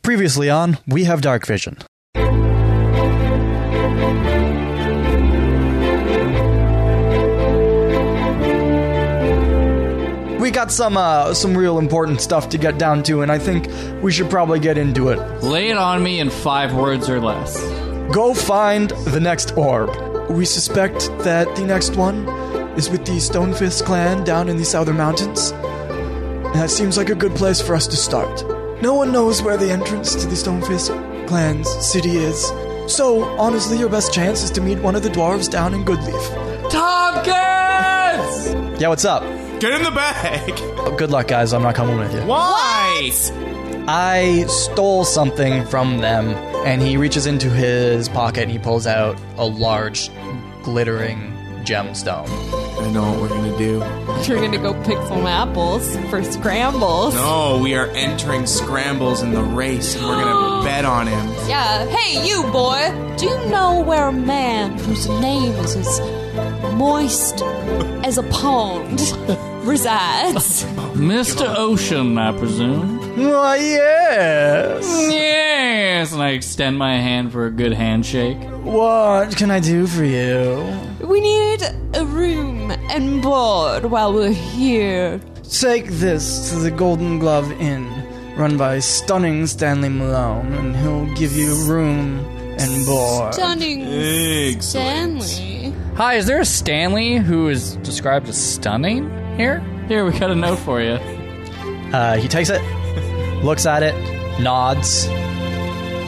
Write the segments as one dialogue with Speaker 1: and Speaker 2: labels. Speaker 1: Previously on, we have dark vision. We got some uh, some real important stuff to get down to, and I think we should probably get into it.
Speaker 2: Lay it on me in five words or less.
Speaker 1: Go find the next orb. We suspect that the next one is with the Stonefist clan down in the southern mountains. That seems like a good place for us to start. No one knows where the entrance to the Stonefist clan's city is, so honestly, your best chance is to meet one of the dwarves down in Goodleaf.
Speaker 2: Tompkins!
Speaker 1: Yeah, what's up? Oh,
Speaker 3: Get in the bag.
Speaker 1: Good luck, guys. I'm not coming with you.
Speaker 3: Why?
Speaker 1: I stole something from them, and he reaches into his pocket and he pulls out a large, glittering gemstone.
Speaker 3: I know what we're gonna do.
Speaker 4: You're gonna go pick some apples for scrambles.
Speaker 3: No, Oh, we are entering scrambles in the race, and we're gonna bet on him.
Speaker 4: Yeah. Hey, you boy. Do you know where a man whose name is as moist as a pond resides?
Speaker 2: Mr. Ocean, I presume.
Speaker 1: Why, yes!
Speaker 2: Yes! And I extend my hand for a good handshake.
Speaker 1: What can I do for you?
Speaker 4: we need a room and board while we're here.
Speaker 1: Take this to the Golden Glove Inn, run by stunning Stanley Malone, and he'll give you room and
Speaker 2: Uh,
Speaker 1: board.
Speaker 4: Stunning
Speaker 3: Excellent.
Speaker 4: Stanley.
Speaker 2: Hi, is there a Stanley who is described as stunning here? Here, we got a note for you.
Speaker 1: Uh, he takes it, looks at it, nods,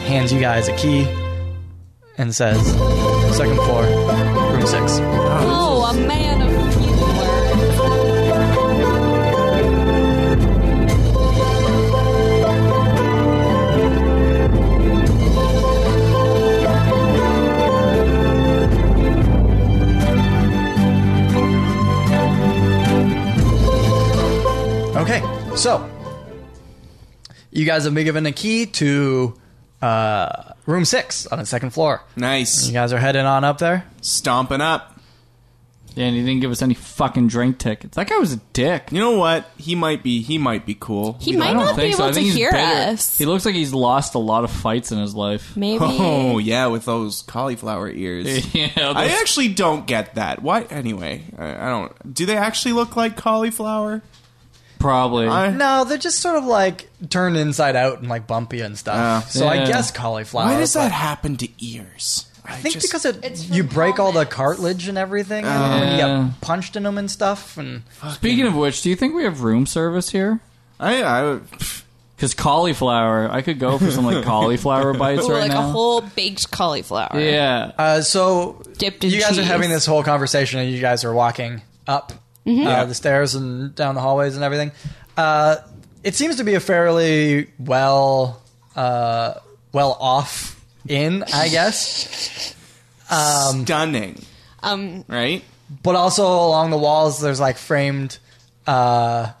Speaker 1: hands you guys a key, and says, second floor, room six.
Speaker 4: Oh, a man of few words.
Speaker 1: Okay, so you guys have been given a key to uh, room six on the second floor.
Speaker 3: Nice.
Speaker 1: You guys are heading on up there.
Speaker 3: Stomping up.
Speaker 2: Yeah, and he didn't give us any fucking drink tickets. That guy was a dick.
Speaker 3: You know what? He might be. He might be cool.
Speaker 4: He
Speaker 2: I
Speaker 4: might
Speaker 2: don't
Speaker 4: not be
Speaker 2: think
Speaker 4: able
Speaker 2: so. I
Speaker 4: to
Speaker 2: think he's
Speaker 4: hear
Speaker 2: bitter.
Speaker 4: us.
Speaker 2: He looks like he's lost a lot of fights in his life.
Speaker 4: Maybe.
Speaker 3: Oh yeah, with those cauliflower ears.
Speaker 2: yeah,
Speaker 3: I
Speaker 2: that's-
Speaker 3: actually don't get that. Why? Anyway, I, I don't. Do they actually look like cauliflower?
Speaker 2: probably.
Speaker 3: I,
Speaker 1: No, they're just sort of like turned inside out and like bumpy and stuff.
Speaker 3: Oh.
Speaker 1: so I
Speaker 2: Yeah.
Speaker 1: guess cauliflower.
Speaker 3: why does
Speaker 1: Uh, but
Speaker 3: that happen to ears?
Speaker 1: I think
Speaker 3: just- Uh,
Speaker 1: because
Speaker 4: It's
Speaker 1: it,
Speaker 4: from
Speaker 1: you break all the
Speaker 4: helmets.
Speaker 1: cartilage and everything, and when you
Speaker 2: Yeah.
Speaker 1: get punched in them and stuff. And
Speaker 2: Speaking of which, do you think we have room service here?
Speaker 3: I, I
Speaker 2: Because cauliflower, I could go for some like cauliflower bites
Speaker 4: Or
Speaker 2: right
Speaker 4: like
Speaker 2: now.
Speaker 4: a whole baked cauliflower.
Speaker 2: yeah,
Speaker 1: uh, so
Speaker 4: Dipped in
Speaker 1: you guys are
Speaker 4: cheese. Mm-hmm.
Speaker 1: having this whole conversation, and you guys are walking up uh, the stairs and down the hallways and everything. Uh, it seems to be a fairly well, uh, well off inn, I guess.
Speaker 3: stunning.
Speaker 4: Um,
Speaker 3: Right?
Speaker 1: but also along the walls there's like framed uh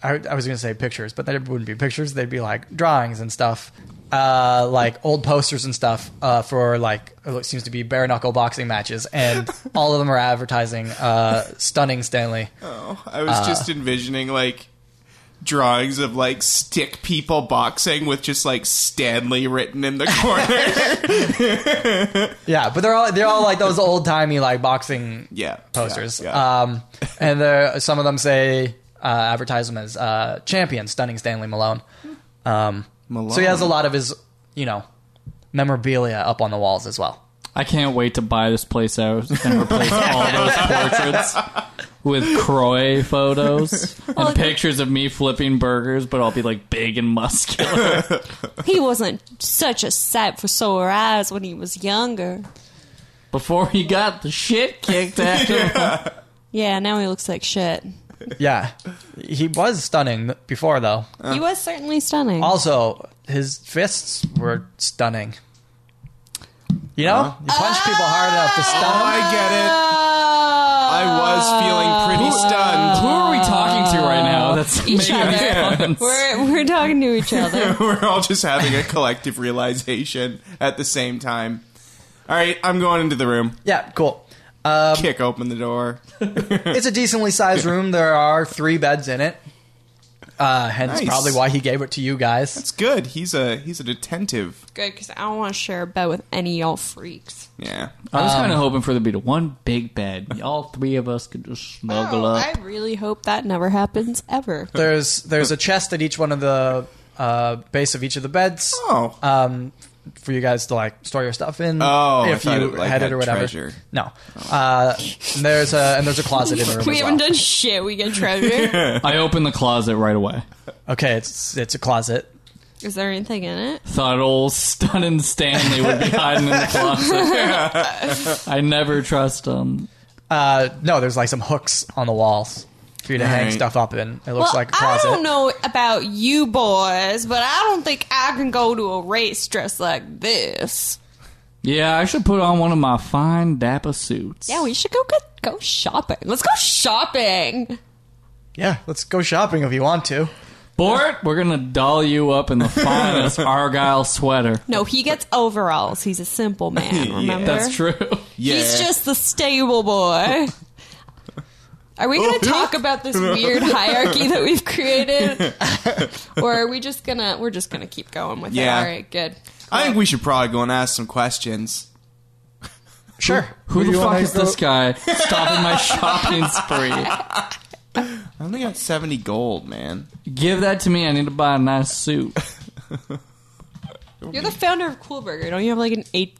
Speaker 1: I, I was gonna say pictures but they wouldn't be pictures they'd be like drawings and stuff uh like old posters and stuff uh for like what seems to be bare knuckle boxing matches and all of them are advertising uh stunning stanley
Speaker 3: Oh, I was just envisioning like drawings of like stick people boxing with just like Stanley written in the corner.
Speaker 1: yeah but they're all they're all like those old timey like boxing
Speaker 3: yeah,
Speaker 1: posters
Speaker 3: Yeah, yeah.
Speaker 1: um and there some of them say uh advertise them as uh champion stunning stanley malone um
Speaker 3: Malone.
Speaker 1: So he has a lot of his, you know, memorabilia up on the walls as well.
Speaker 2: I can't wait to buy this place out and replace all those portraits with Croy photos and
Speaker 4: Well,
Speaker 2: pictures of me flipping burgers, but I'll be like big and muscular.
Speaker 4: he wasn't such a sight for sore eyes when he was younger.
Speaker 2: Before he got the shit kicked out of him.
Speaker 4: Yeah, now he looks like shit.
Speaker 1: Yeah, he was stunning before though.
Speaker 4: he was certainly stunning.
Speaker 1: Also, his fists were stunning. You know,
Speaker 3: Uh-huh.
Speaker 1: you punch people hard enough to stun them.
Speaker 3: Oh, I get it.
Speaker 4: Oh,
Speaker 3: I was feeling pretty
Speaker 2: Who Uh,
Speaker 3: stunned.
Speaker 2: are we talking to right now? That's
Speaker 4: Uh, Each
Speaker 2: making
Speaker 4: other.
Speaker 2: sense?
Speaker 4: we're, we're talking to each other.
Speaker 3: We're all just having a collective realization at the same time. All right, I'm going into the room.
Speaker 1: Yeah, cool.
Speaker 3: Kick open the door.
Speaker 1: It's a decently sized room. There are three beds in it. Uh, hence,
Speaker 3: Nice.
Speaker 1: probably why he gave it to you guys.
Speaker 3: It's good. He's a he's an attentive.
Speaker 4: Good, because I don't want to share a bed with any of y'all freaks.
Speaker 3: Yeah.
Speaker 2: I
Speaker 4: Um,
Speaker 2: was kind of hoping for there to be one big bed. All three of us could just snuggle up.
Speaker 4: I really hope that never happens ever.
Speaker 1: There's there's a chest at each one of the uh, base of each of the beds.
Speaker 3: Oh.
Speaker 1: Um, for you guys to like store your stuff in.
Speaker 3: Oh, I
Speaker 1: if you
Speaker 3: thought it, like,
Speaker 1: had it
Speaker 3: had
Speaker 1: or whatever.
Speaker 3: treasure.
Speaker 1: No. Uh, and there's a and there's a closet in the room.
Speaker 4: We
Speaker 1: as
Speaker 4: haven't
Speaker 1: well.
Speaker 4: done shit. We get treasure.
Speaker 2: I opened the closet right away.
Speaker 1: Okay, it's it's a closet.
Speaker 4: Is there anything in it?
Speaker 2: Thought old stunning Stanley would be hiding in the closet. I never trust him.
Speaker 1: Uh, no, there's like some hooks on the walls for you to hang
Speaker 3: Right.
Speaker 1: stuff up in. It looks
Speaker 4: well,
Speaker 1: like a closet.
Speaker 4: I don't know about you boys, but I don't think I can go to a race dressed like this.
Speaker 2: Yeah, I should put on one of my fine dapper suits.
Speaker 4: Yeah, we should go get, go shopping. Let's go shopping.
Speaker 1: Yeah, let's go shopping if you want to.
Speaker 2: Bort, we're gonna doll you up in the finest Argyle sweater.
Speaker 4: No, he gets overalls. He's a simple man. Remember,
Speaker 2: That's true.
Speaker 3: Yeah.
Speaker 4: He's just the stable boy. Are we going to talk about this weird hierarchy that we've created, or are we just gonna we're just gonna keep going with it?
Speaker 3: Yeah.
Speaker 4: All right, good.
Speaker 3: I think we should probably go and ask some questions.
Speaker 1: Sure.
Speaker 2: Who,
Speaker 1: do
Speaker 2: the
Speaker 1: you
Speaker 2: fuck
Speaker 1: wanna
Speaker 2: is
Speaker 1: go-
Speaker 2: this guy stopping my shopping spree?
Speaker 3: I only got seventy gold, man.
Speaker 2: Give that to me. I need to buy a nice suit.
Speaker 4: You're the founder of Cool Burger. Don't you have like an eight,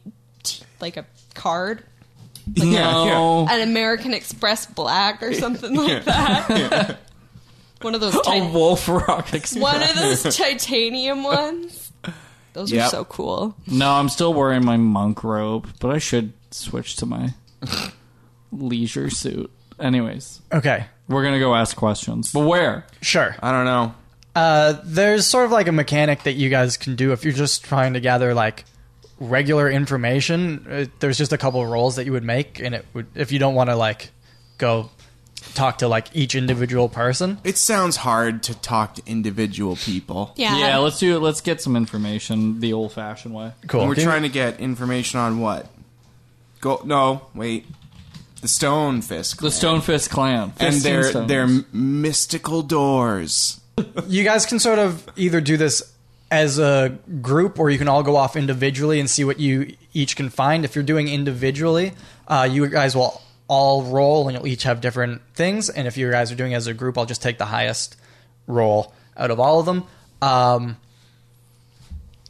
Speaker 4: like a card,
Speaker 2: no.
Speaker 4: an American Express Black or something like that? One of those.
Speaker 2: A
Speaker 4: Ti-
Speaker 2: Wolf Rock Express.
Speaker 4: one of those titanium ones. Those are
Speaker 3: Yep.
Speaker 4: so cool.
Speaker 2: No, I'm still wearing my monk robe, but I should switch to my leisure suit. Anyways,
Speaker 1: Okay.
Speaker 2: we're gonna go ask questions. But where?
Speaker 1: Sure.
Speaker 3: I don't know.
Speaker 1: Uh, there's sort of like a mechanic that you guys can do if you're just trying to gather like regular information. Uh, there's just a couple of rolls that you would make, and it would if you don't want to like go talk to like each individual person.
Speaker 3: It sounds hard to talk to individual people.
Speaker 4: Yeah.
Speaker 2: Yeah, let's do. Let's get some information the old-fashioned way.
Speaker 1: Cool.
Speaker 3: And we're
Speaker 1: Give me-
Speaker 3: trying to get information on what? Go no, wait. The Stone Fisk.
Speaker 2: The Stonefist Clan
Speaker 3: and
Speaker 2: Fist
Speaker 3: their
Speaker 2: Stones.
Speaker 3: their mystical doors.
Speaker 1: you guys can sort of either do this as a group or you can all go off individually and see what you each can find if you're doing individually uh, you guys will all roll and you'll each have different things and if you guys are doing it as a group i'll just take the highest roll out of all of them um,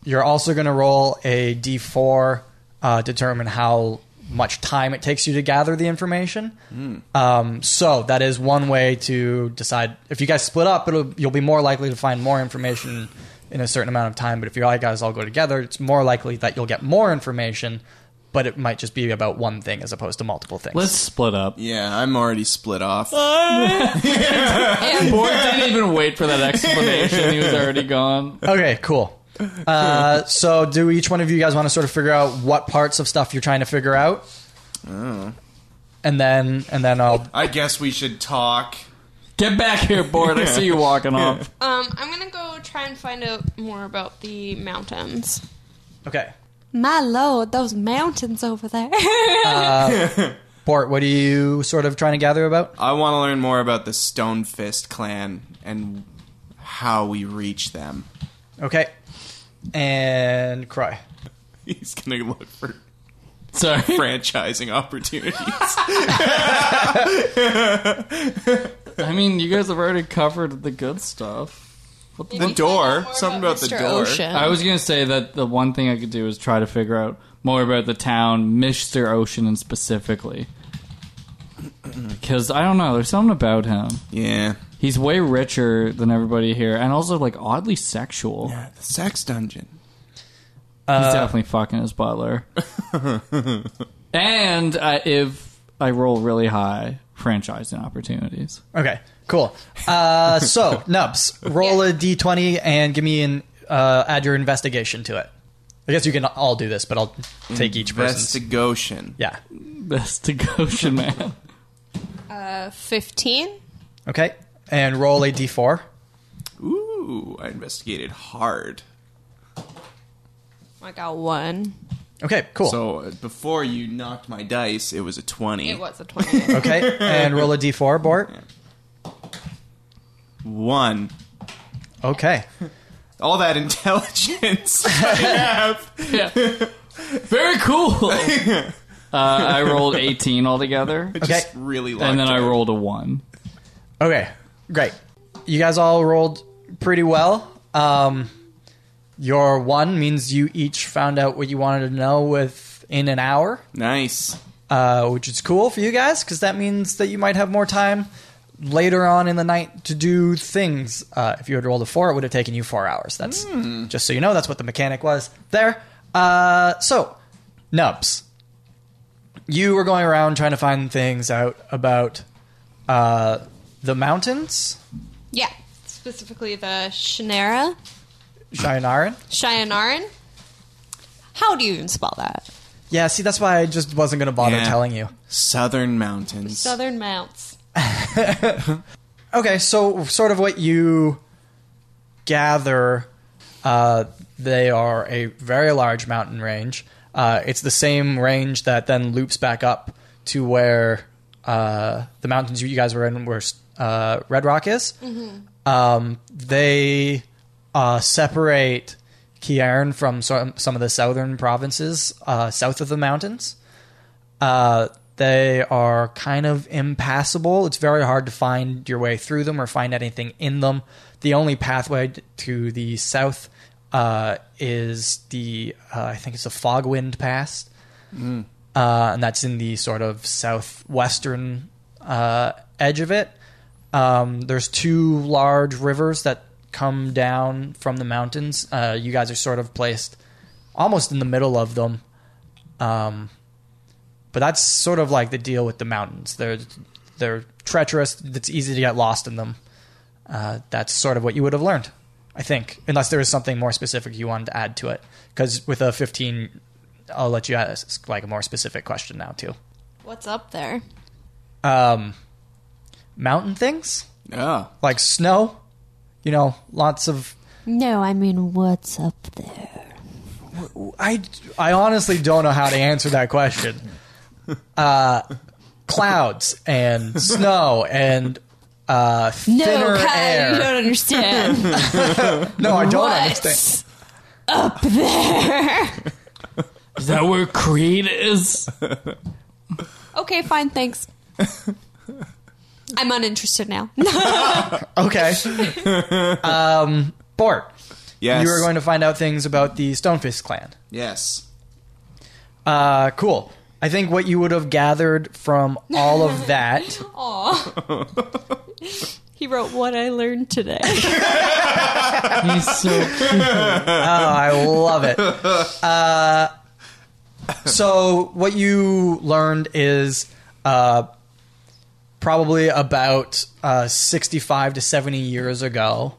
Speaker 1: you're also going to roll a d4 uh, determine how much time it takes you to gather the information um, so that is one way to decide. If you guys split up, it'll you'll be more likely to find more information in a certain amount of time. But if you all guys all go together, it's more likely that you'll get more information. But it might just be about one thing as opposed to multiple things.
Speaker 2: Let's split up.
Speaker 3: Yeah, I'm already split off.
Speaker 2: Boy didn't even wait for that explanation. He was already gone.
Speaker 1: okay, cool. Uh, so, do each one of you guys want to sort of figure out what parts of stuff you're trying to figure out? And then, and then I'll.
Speaker 3: I guess we should talk.
Speaker 2: Get back here, Bort. I see you walking off.
Speaker 4: Um, I'm gonna go try and find out more about the mountains.
Speaker 1: Okay,
Speaker 4: My lord, those mountains over there.
Speaker 1: Bort, what are you sort of trying to gather about?
Speaker 3: I want to learn more about the Stone Fist clan and how we reach them.
Speaker 1: Okay, and Cry.
Speaker 3: He's gonna look for
Speaker 2: Sorry.
Speaker 3: franchising opportunities.
Speaker 2: I mean, you guys have already covered the good stuff.
Speaker 3: the door, something about the door.
Speaker 2: I was gonna say that the one thing I could do is try to figure out more about the town, Mr. Ocean, and specifically because I don't know. There's something about him.
Speaker 3: Yeah,
Speaker 2: He's way richer than everybody here, and also like oddly sexual.
Speaker 3: yeah, the sex dungeon.
Speaker 1: Uh,
Speaker 2: He's definitely fucking his butler. and uh, if I roll really high, franchising opportunities.
Speaker 1: Okay, cool. Uh, so, Nubs, roll a d20 and give me an uh, add your investigation to it. I guess you can all do this, but I'll take each person's.
Speaker 3: Investigation.
Speaker 1: yeah.
Speaker 2: Best to Ocean man.
Speaker 4: Fifteen.
Speaker 1: Okay. And roll a d4.
Speaker 3: Ooh, I investigated hard.
Speaker 4: I got one.
Speaker 1: Okay, cool.
Speaker 3: So uh, before you knocked my dice, it was a twenty.
Speaker 4: It was a twenty.
Speaker 1: Okay, and roll a d4, Bort.
Speaker 3: One.
Speaker 1: Okay.
Speaker 3: All that intelligence I have.
Speaker 2: Yeah. Very cool. Uh, I rolled 18 altogether,
Speaker 3: Just really locked
Speaker 2: and then I
Speaker 3: in.
Speaker 2: rolled a one.
Speaker 1: Okay, great. You guys all rolled pretty well. Um, your one means you each found out what you wanted to know within an hour,
Speaker 3: Nice.
Speaker 1: uh, which is cool for you guys because that means that you might have more time later on in the night to do things. Uh, if you had rolled a four, it would have taken you four hours. That's just so you know, that's what the mechanic was there. Uh, so, Nubs, you were going around trying to find things out about uh, the mountains.
Speaker 4: Yeah, specifically the Shannara,
Speaker 1: Shayanarin.
Speaker 4: Shayanarin. How do you even spell that?
Speaker 1: Yeah, see, that's why I just wasn't going to bother
Speaker 3: Yeah.
Speaker 1: telling you.
Speaker 3: Southern mountains.
Speaker 4: Southern Mounts.
Speaker 1: Okay, so sort of what you gather, uh, they are a very large mountain range. Uh, it's the same range that then loops back up to where uh, the mountains you guys were in, where uh, Red Rock is. Um, they uh, separate Kiern from some, some of the southern provinces uh, south of the mountains. Uh, they are kind of impassable. It's very hard to find your way through them or find anything in them. The only pathway t- to the south uh, is the, uh, I think it's the Fogwind Pass, uh, and that's in the sort of southwestern uh, edge of it. Um, there's two large rivers that come down from the mountains. Uh, you guys are sort of placed almost in the middle of them. Um, but that's sort of like the deal with the mountains. They're they're treacherous. It's easy to get lost in them. Uh, that's sort of what you would have learned, I think, unless there was something more specific you wanted to add to it. Because with a fifteen, I'll let you ask like a more specific question now too.
Speaker 4: What's up there?
Speaker 1: Um, mountain things
Speaker 3: Oh.
Speaker 1: like snow, you know, lots of.
Speaker 4: No, I mean what's up there?
Speaker 1: I I honestly don't know how to answer that question. Uh, clouds and snow and uh,
Speaker 4: No,
Speaker 1: thinner
Speaker 4: Kyle,
Speaker 1: air.
Speaker 4: you don't understand.
Speaker 1: No, I don't understand.
Speaker 4: What's up there?
Speaker 2: Is that where Creed is?
Speaker 4: Okay, fine, thanks. I'm uninterested now.
Speaker 1: Okay. um, Bort,
Speaker 3: Yes.
Speaker 1: you were going to find out things about the Stonefish clan.
Speaker 3: Yes.
Speaker 1: Uh, cool. I think what you would have gathered from all of that.
Speaker 4: Aw. he wrote what I learned today.
Speaker 2: He's so
Speaker 1: Oh, I love it. Uh, so what you learned is uh, probably about uh, 65 to 70 years ago,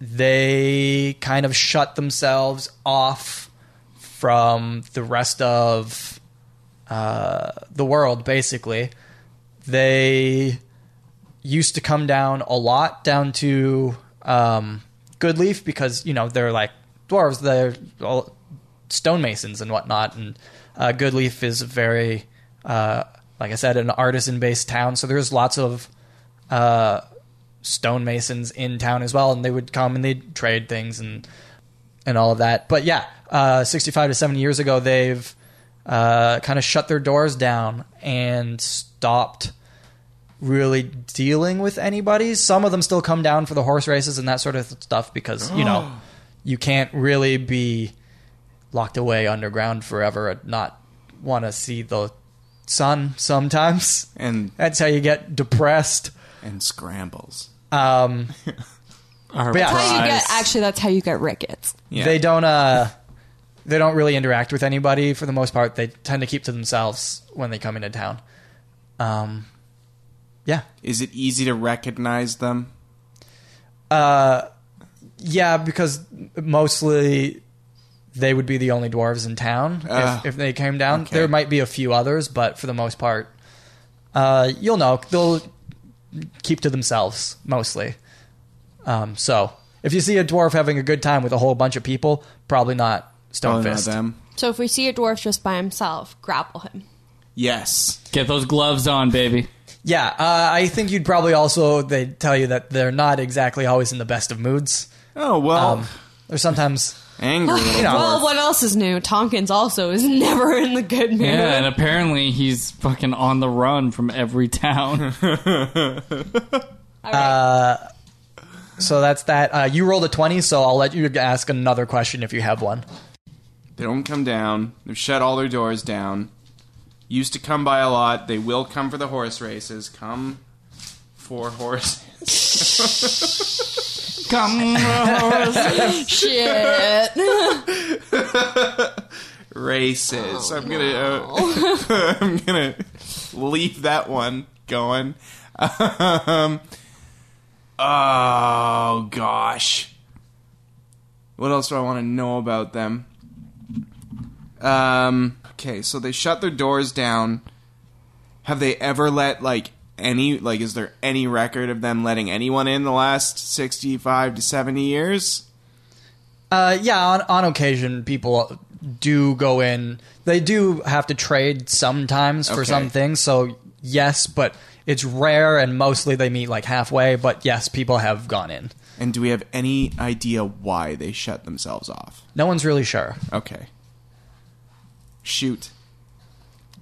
Speaker 1: they kind of shut themselves off from the rest of uh, the world, basically. They used to come down a lot down to um, Goodleaf because you know they're like dwarves, they're all stonemasons and whatnot, and uh, Goodleaf is a very, uh, like I said, an artisan-based town, so there's lots of uh, stonemasons in town as well, and they would come and they'd trade things and and all of that. But yeah, uh, 65 to 70 years ago, they've uh, kind of shut their doors down and stopped really dealing with anybody. Some of them still come down for the horse races and that sort of stuff because, you know,
Speaker 4: Oh.
Speaker 1: you can't really be locked away underground forever and not want to see the sun sometimes.
Speaker 3: And
Speaker 1: That's how you get depressed.
Speaker 3: and scrambles.
Speaker 1: Um,
Speaker 2: our
Speaker 1: yeah.
Speaker 4: That's how you
Speaker 2: prize.
Speaker 4: get- actually, that's how you get rickets.
Speaker 3: Yeah.
Speaker 1: They don't uh they don't really interact with anybody for the most part. They tend to keep to themselves when they come into town. Um yeah.
Speaker 3: Is it easy to recognize them?
Speaker 1: Yeah, because mostly they would be the only dwarves in town
Speaker 3: Ah,
Speaker 1: if, if they came down.
Speaker 3: okay.
Speaker 1: There might be a few others, but for the most part, uh, you'll know they'll keep to themselves mostly. Um, so if you see a dwarf having a good time with a whole bunch of people, probably not
Speaker 3: Don't know
Speaker 1: Stonefist.
Speaker 3: them.
Speaker 4: So if we see a dwarf just by himself, grapple him.
Speaker 3: Yes.
Speaker 2: Get those gloves on, baby.
Speaker 1: Yeah, uh, I think you'd probably also they tell you that they're not exactly always in the best of moods.
Speaker 3: Oh well,
Speaker 1: Um, they're sometimes
Speaker 3: angry. Little
Speaker 1: you know.
Speaker 4: Well, what else is new? Tompkins also is never in the good mood.
Speaker 2: Yeah, and uh, apparently he's fucking on the run from every town.
Speaker 4: All right.
Speaker 1: so. That's that. Uh, you rolled a twenty, so I'll let you ask another question if you have one.
Speaker 3: They don't come down. They've shut all their doors down. Used to come by a lot. They will come for the horse races. Come for horse.
Speaker 2: Come on.
Speaker 4: Shit.
Speaker 3: races. I'm gonna uh, I'm gonna leave that one going. Um, oh gosh, what else do I want to know about them? Um, okay, so they shut their doors down. Have they ever let like any like is there any record of them letting anyone in the last sixty five to seventy years?
Speaker 1: Uh, yeah, on, on occasion, people do go in. They do have to trade sometimes for
Speaker 3: Okay.
Speaker 1: some things. So yes, but it's rare, and mostly they meet like halfway. But yes, people have gone in.
Speaker 3: And do we have any idea why they shut themselves off?
Speaker 1: No one's really sure.
Speaker 3: Okay. Shoot.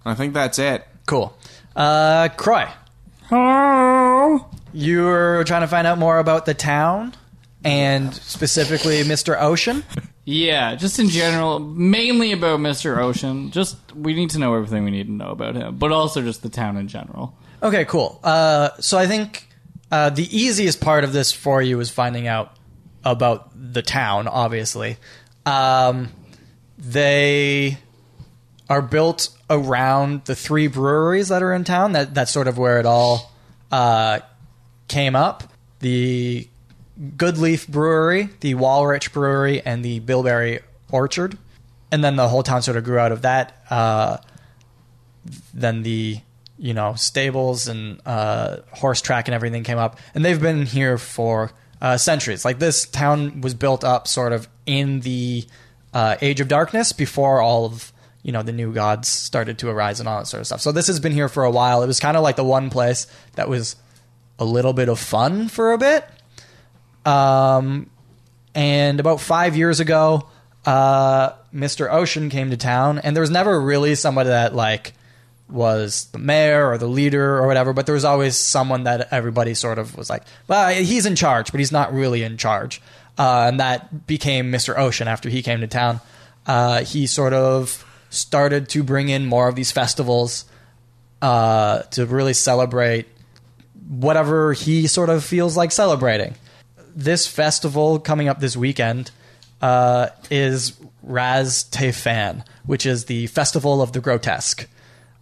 Speaker 3: I think that's it.
Speaker 1: Cool. Uh, Croy,
Speaker 2: Hello.
Speaker 1: you're trying to find out more about the town and specifically Mr. Ocean.
Speaker 2: Yeah, just in general, mainly about Mr. Ocean. Just we need to know everything we need to know about him, but also just the town in general.
Speaker 1: Okay, cool. Uh, so I think uh, the easiest part of this for you is finding out about the town. Obviously, um, they are built around the three breweries that are in town. That that's sort of where it all uh, came up. The Goodleaf Brewery, the Walrich Brewery, and the Bilberry Orchard, and then the whole town sort of grew out of that. Uh, then the you know stables and uh, horse track and everything came up, and they've been here for uh, centuries. Like this town was built up sort of in the uh, Age of Darkness before all of you know the new gods started to arise and all that sort of stuff. So this has been here for a while. It was kind of like the one place that was a little bit of fun for a bit. Um, and about five years ago, uh, Mr. Ocean came to town, and there was never really somebody that like was the mayor or the leader or whatever, but there was always someone that everybody sort of was like, well, he's in charge, but he's not really in charge. Uh, and that became Mr. Ocean after he came to town. Uh, he sort of started to bring in more of these festivals uh, to really celebrate whatever he sort of feels like celebrating this festival coming up this weekend uh, is Raz Tefan, which is the Festival of the Grotesque. Uh,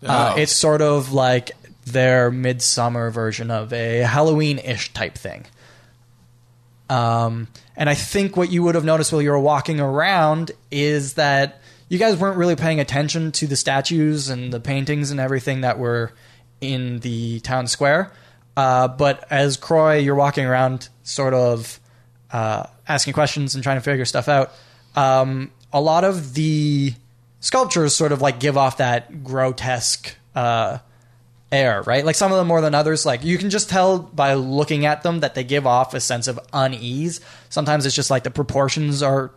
Speaker 3: Oh.
Speaker 1: It's sort of like their midsummer version of a Halloween ish type thing. Um, and I think what you would have noticed while you were walking around is that you guys weren't really paying attention to the statues and the paintings and everything that were in the town square. Uh, but as Croy, you're walking around, sort of uh, asking questions and trying to figure stuff out. Um, a lot of the sculptures sort of like give off that grotesque uh, air, right? Like some of them more than others. Like you can just tell by looking at them that they give off a sense of unease. Sometimes it's just like the proportions are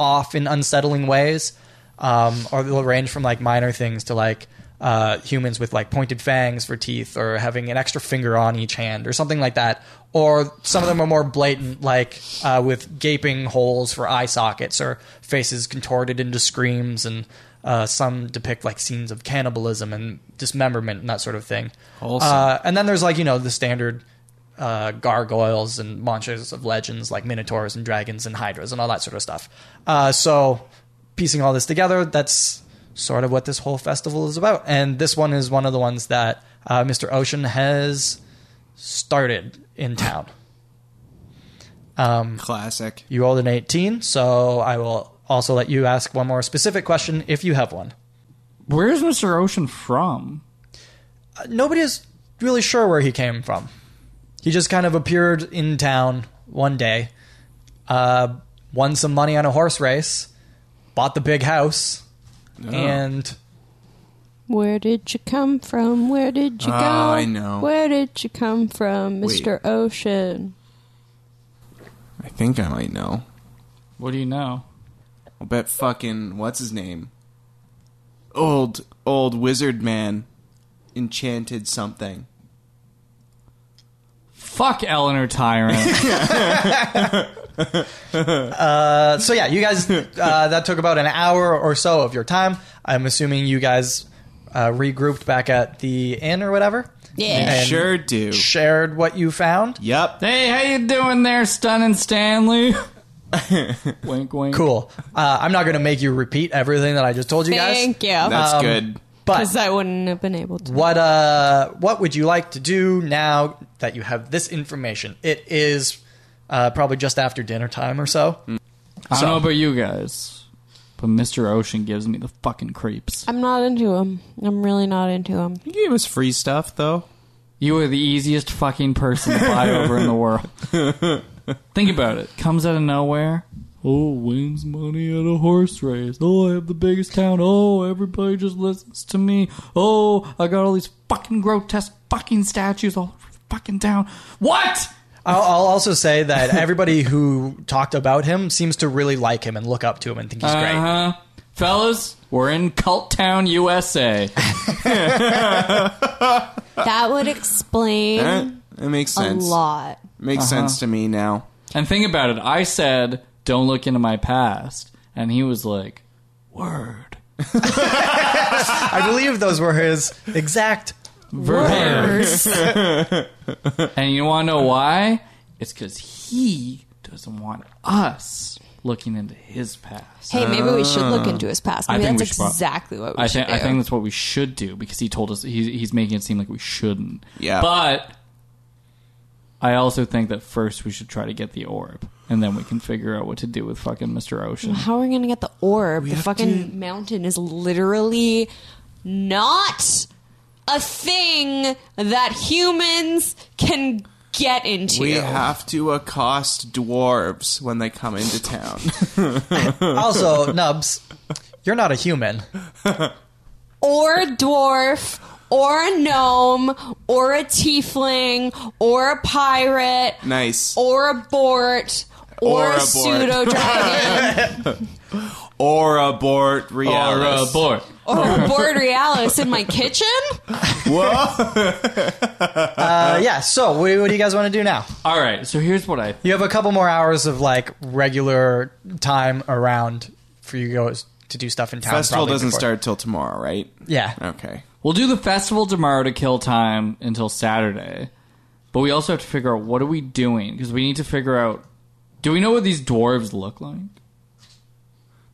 Speaker 1: off in unsettling ways, um, or they'll range from like minor things to like uh, humans with like pointed fangs for teeth, or having an extra finger on each hand, or something like that. Or some of them are more blatant, like uh, with gaping holes for eye sockets, or faces contorted into screams, and uh, some depict like scenes of cannibalism and dismemberment and that sort of thing. Uh, and then there's like you know the standard uh, gargoyles and monsters of legends like minotaurs and dragons and hydras and all that sort of stuff. Uh, so piecing all this together, that's sort of what this whole festival is about. And this one is one of the ones that uh, Mr. Ocean has started in town.
Speaker 3: Classic.
Speaker 1: You rolled an 18, so I will also let you ask one more specific question if you have one.
Speaker 2: Where's Mr. Ocean from?
Speaker 1: nobody is really sure where he came from. He just kind of appeared in town one day, uh, won some money on a horse race, bought the big house, and
Speaker 4: Where did you come from? Where did you
Speaker 3: Oh,
Speaker 4: go?
Speaker 3: I know.
Speaker 4: Where did you come from,
Speaker 3: Wait.
Speaker 4: Mr. Ocean?
Speaker 3: I think I might know.
Speaker 2: What do you know?
Speaker 3: I'll bet fucking what's his name? Old old wizard man enchanted something.
Speaker 2: Fuck Eleanor Tyrant.
Speaker 1: Uh, so yeah, you guys, uh, that took about an hour or so of your time. I'm assuming you guys uh, regrouped back at the inn or whatever.
Speaker 4: Yeah.
Speaker 1: And
Speaker 3: sure do.
Speaker 1: Shared what you found.
Speaker 3: Yep.
Speaker 2: hey, how you doing there, stunning Stanley? wink, wink.
Speaker 1: Cool. Uh, I'm not going to make you repeat everything that I just told you guys,
Speaker 4: Thank you.
Speaker 3: That's
Speaker 1: Um,
Speaker 3: good.
Speaker 1: but
Speaker 4: Because I wouldn't have been able to.
Speaker 1: What uh what would you like to do now that you have this information? It is uh, probably just after dinner time or so.
Speaker 3: Hmm.
Speaker 2: I don't know about you guys, but Mr. Ocean gives me the fucking creeps.
Speaker 4: I'm not into him. I'm really not into him.
Speaker 3: You gave us free stuff though.
Speaker 2: You are the easiest fucking person to buy over in the world. Think about it. Comes out of nowhere. Oh, wins money at a horse race. Oh, I have the biggest town. Oh, everybody just listens to me. Oh, I got all these fucking grotesque fucking statues all over the fucking town. What?
Speaker 1: I'll, I'll also say that everybody who talked about him seems to really like him and look up to him and think he's great.
Speaker 2: Uh-huh. Fellas, we're in Cult Town, USA.
Speaker 4: That would
Speaker 3: Eh,
Speaker 4: explain
Speaker 3: That makes
Speaker 4: a
Speaker 3: sense.
Speaker 4: lot.
Speaker 3: Makes sense to me now.
Speaker 2: And think about it. I said, "Don't look into my past," and he was like, "Word,
Speaker 1: I believe those were his exact.
Speaker 2: verbatim."
Speaker 4: Worse.
Speaker 2: And you want to know why? It's because he doesn't want us looking into his past.
Speaker 4: Hey, maybe we should look into his past.
Speaker 2: I
Speaker 4: Maybe
Speaker 2: think we
Speaker 4: that's
Speaker 2: should prob-
Speaker 4: exactly what we
Speaker 2: I
Speaker 4: should
Speaker 2: think
Speaker 4: do.
Speaker 2: I think that's what we should do because he told us he's, he's making it seem like we shouldn't.
Speaker 3: Yeah.
Speaker 2: But I also think that first we should try to get the orb, and then we can figure out what to do with fucking Mister Ocean.
Speaker 4: How are we going to get the orb? the fucking mountain is literally not a thing that humans can get into.
Speaker 3: We have to accost dwarves when they come into town.
Speaker 1: Also, Nubs, you're not a human. Uh,
Speaker 4: or a dwarf, or a gnome, or a tiefling, or a pirate,
Speaker 3: nice.
Speaker 4: or a bort. Or,
Speaker 3: Or a
Speaker 4: a,
Speaker 3: Bort.
Speaker 4: pseudo dragon,
Speaker 3: Or abort reality.
Speaker 2: boy.
Speaker 4: or a Bort Realis in my kitchen.
Speaker 1: Uh, yeah. So, what, what do you guys want to do now?
Speaker 2: All right. So here's what I
Speaker 1: You have a couple more hours of like regular time around for you guys to do stuff in town.
Speaker 3: Festival
Speaker 1: probably
Speaker 3: doesn't
Speaker 1: before-
Speaker 3: start Oh. till tomorrow, right?
Speaker 1: Yeah.
Speaker 3: Okay.
Speaker 2: We'll do the festival tomorrow to kill time until Saturday. But we also have to figure out what are we doing because we need to figure out do we know what these dwarves look like?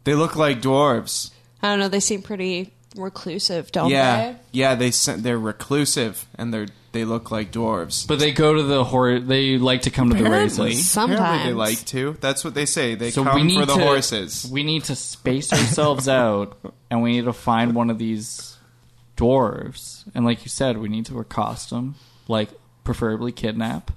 Speaker 3: They look like dwarves.
Speaker 4: I don't know. They seem pretty reclusive, don't
Speaker 3: yeah,
Speaker 4: they?
Speaker 3: yeah. They sen- they're reclusive and they're they look like dwarves.
Speaker 2: But they go to the horror they like to come to the races.
Speaker 4: Sometimes
Speaker 3: Apparently they like to. That's what they say. They
Speaker 2: So
Speaker 3: come
Speaker 2: we need
Speaker 3: for the
Speaker 2: to
Speaker 3: horses.
Speaker 2: We need to space ourselves out and we need to find one of these dwarves. And like you said, we need to accost him, like preferably kidnap.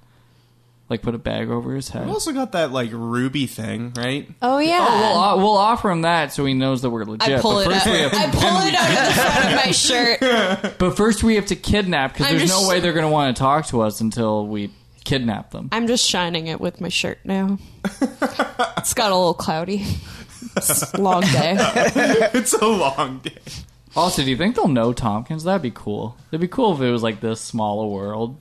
Speaker 2: Like put a bag over his head.
Speaker 3: We also got that like ruby thing, right?
Speaker 4: Oh yeah.
Speaker 2: Oh, we'll, uh, we'll offer him that so he knows that we're
Speaker 4: I
Speaker 2: legit.
Speaker 4: pull
Speaker 2: but
Speaker 4: it
Speaker 2: first
Speaker 4: out.
Speaker 2: we have to
Speaker 4: I pull it out of the front of my shirt.
Speaker 2: But first, we have to kidnap because
Speaker 4: I'm
Speaker 2: there's
Speaker 4: just-
Speaker 2: no way they're going to want to talk to us until we kidnap them.
Speaker 4: I'm just shining it with my shirt now. It's got a little cloudy. It's a long day.
Speaker 3: It's a long day.
Speaker 2: Also, do you think they'll know Tompkins? That'd be cool. It'd be cool if it was like this small a world.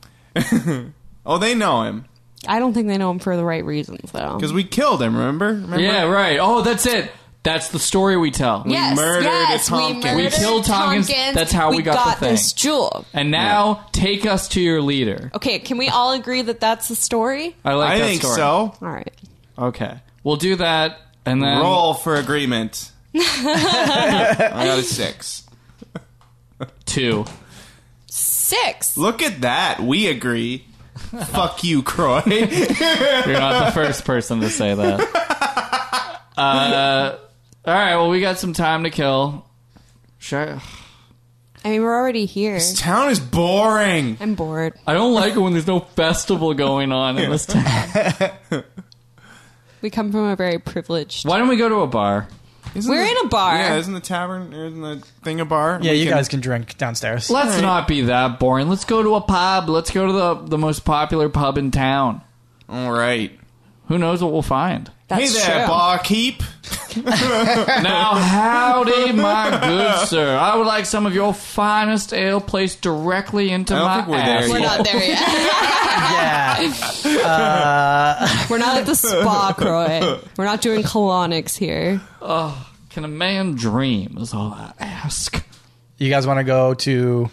Speaker 3: Oh, they know him
Speaker 4: I don't think they know him for the right reasons though.
Speaker 3: because we killed him. Remember? Remember?
Speaker 2: Yeah, right. Oh, that's it. That's the story we tell.
Speaker 4: yes,
Speaker 3: murdered
Speaker 4: yes,
Speaker 3: a Tompkins.
Speaker 4: We, murdered
Speaker 2: We killed Tompkins.
Speaker 4: Tompkins.
Speaker 2: That's how we got the thing.
Speaker 4: this jewel.
Speaker 2: And now, take us to your leader.
Speaker 4: Okay, can we all agree that that's the story?
Speaker 2: I like
Speaker 3: I
Speaker 2: that
Speaker 3: think
Speaker 2: story.
Speaker 3: so.
Speaker 4: All right.
Speaker 2: Okay. We'll do that and then.
Speaker 3: Roll for agreement. I got a six.
Speaker 2: Two.
Speaker 4: Six.
Speaker 3: Look at that. We agree. Fuck you, Croy.
Speaker 2: You're not the first person to say that. Uh, all right, well, we got some time to kill. Sure.
Speaker 4: I mean, we're already here.
Speaker 3: this town is boring.
Speaker 4: I'm bored.
Speaker 2: I don't like it when there's no festival going on in this town.
Speaker 4: We come from a very privileged.
Speaker 2: Why don't we go to a bar?
Speaker 3: Isn't
Speaker 4: We're
Speaker 3: the-
Speaker 4: in a bar.
Speaker 3: Yeah, isn't the tavern or isn't the thing a bar?
Speaker 1: Yeah,
Speaker 3: We
Speaker 1: you
Speaker 3: can-
Speaker 1: guys can drink downstairs.
Speaker 2: Let's not be that boring. Let's go to a pub. Let's go to the the most popular pub in town.
Speaker 3: All right.
Speaker 2: Who knows what we'll find?
Speaker 4: That's
Speaker 3: hey there,
Speaker 4: true.
Speaker 3: barkeep.
Speaker 2: Now, howdy, my good sir. I would like some of your finest ale placed directly into
Speaker 3: I don't
Speaker 2: my
Speaker 3: think we're there
Speaker 2: ass.
Speaker 4: We're
Speaker 3: yet.
Speaker 4: not there yet.
Speaker 1: yeah.
Speaker 4: We're not at the spa, Croy. We're not doing colonics here.
Speaker 2: Can a man dream? Is all I ask.
Speaker 1: You guys want to go to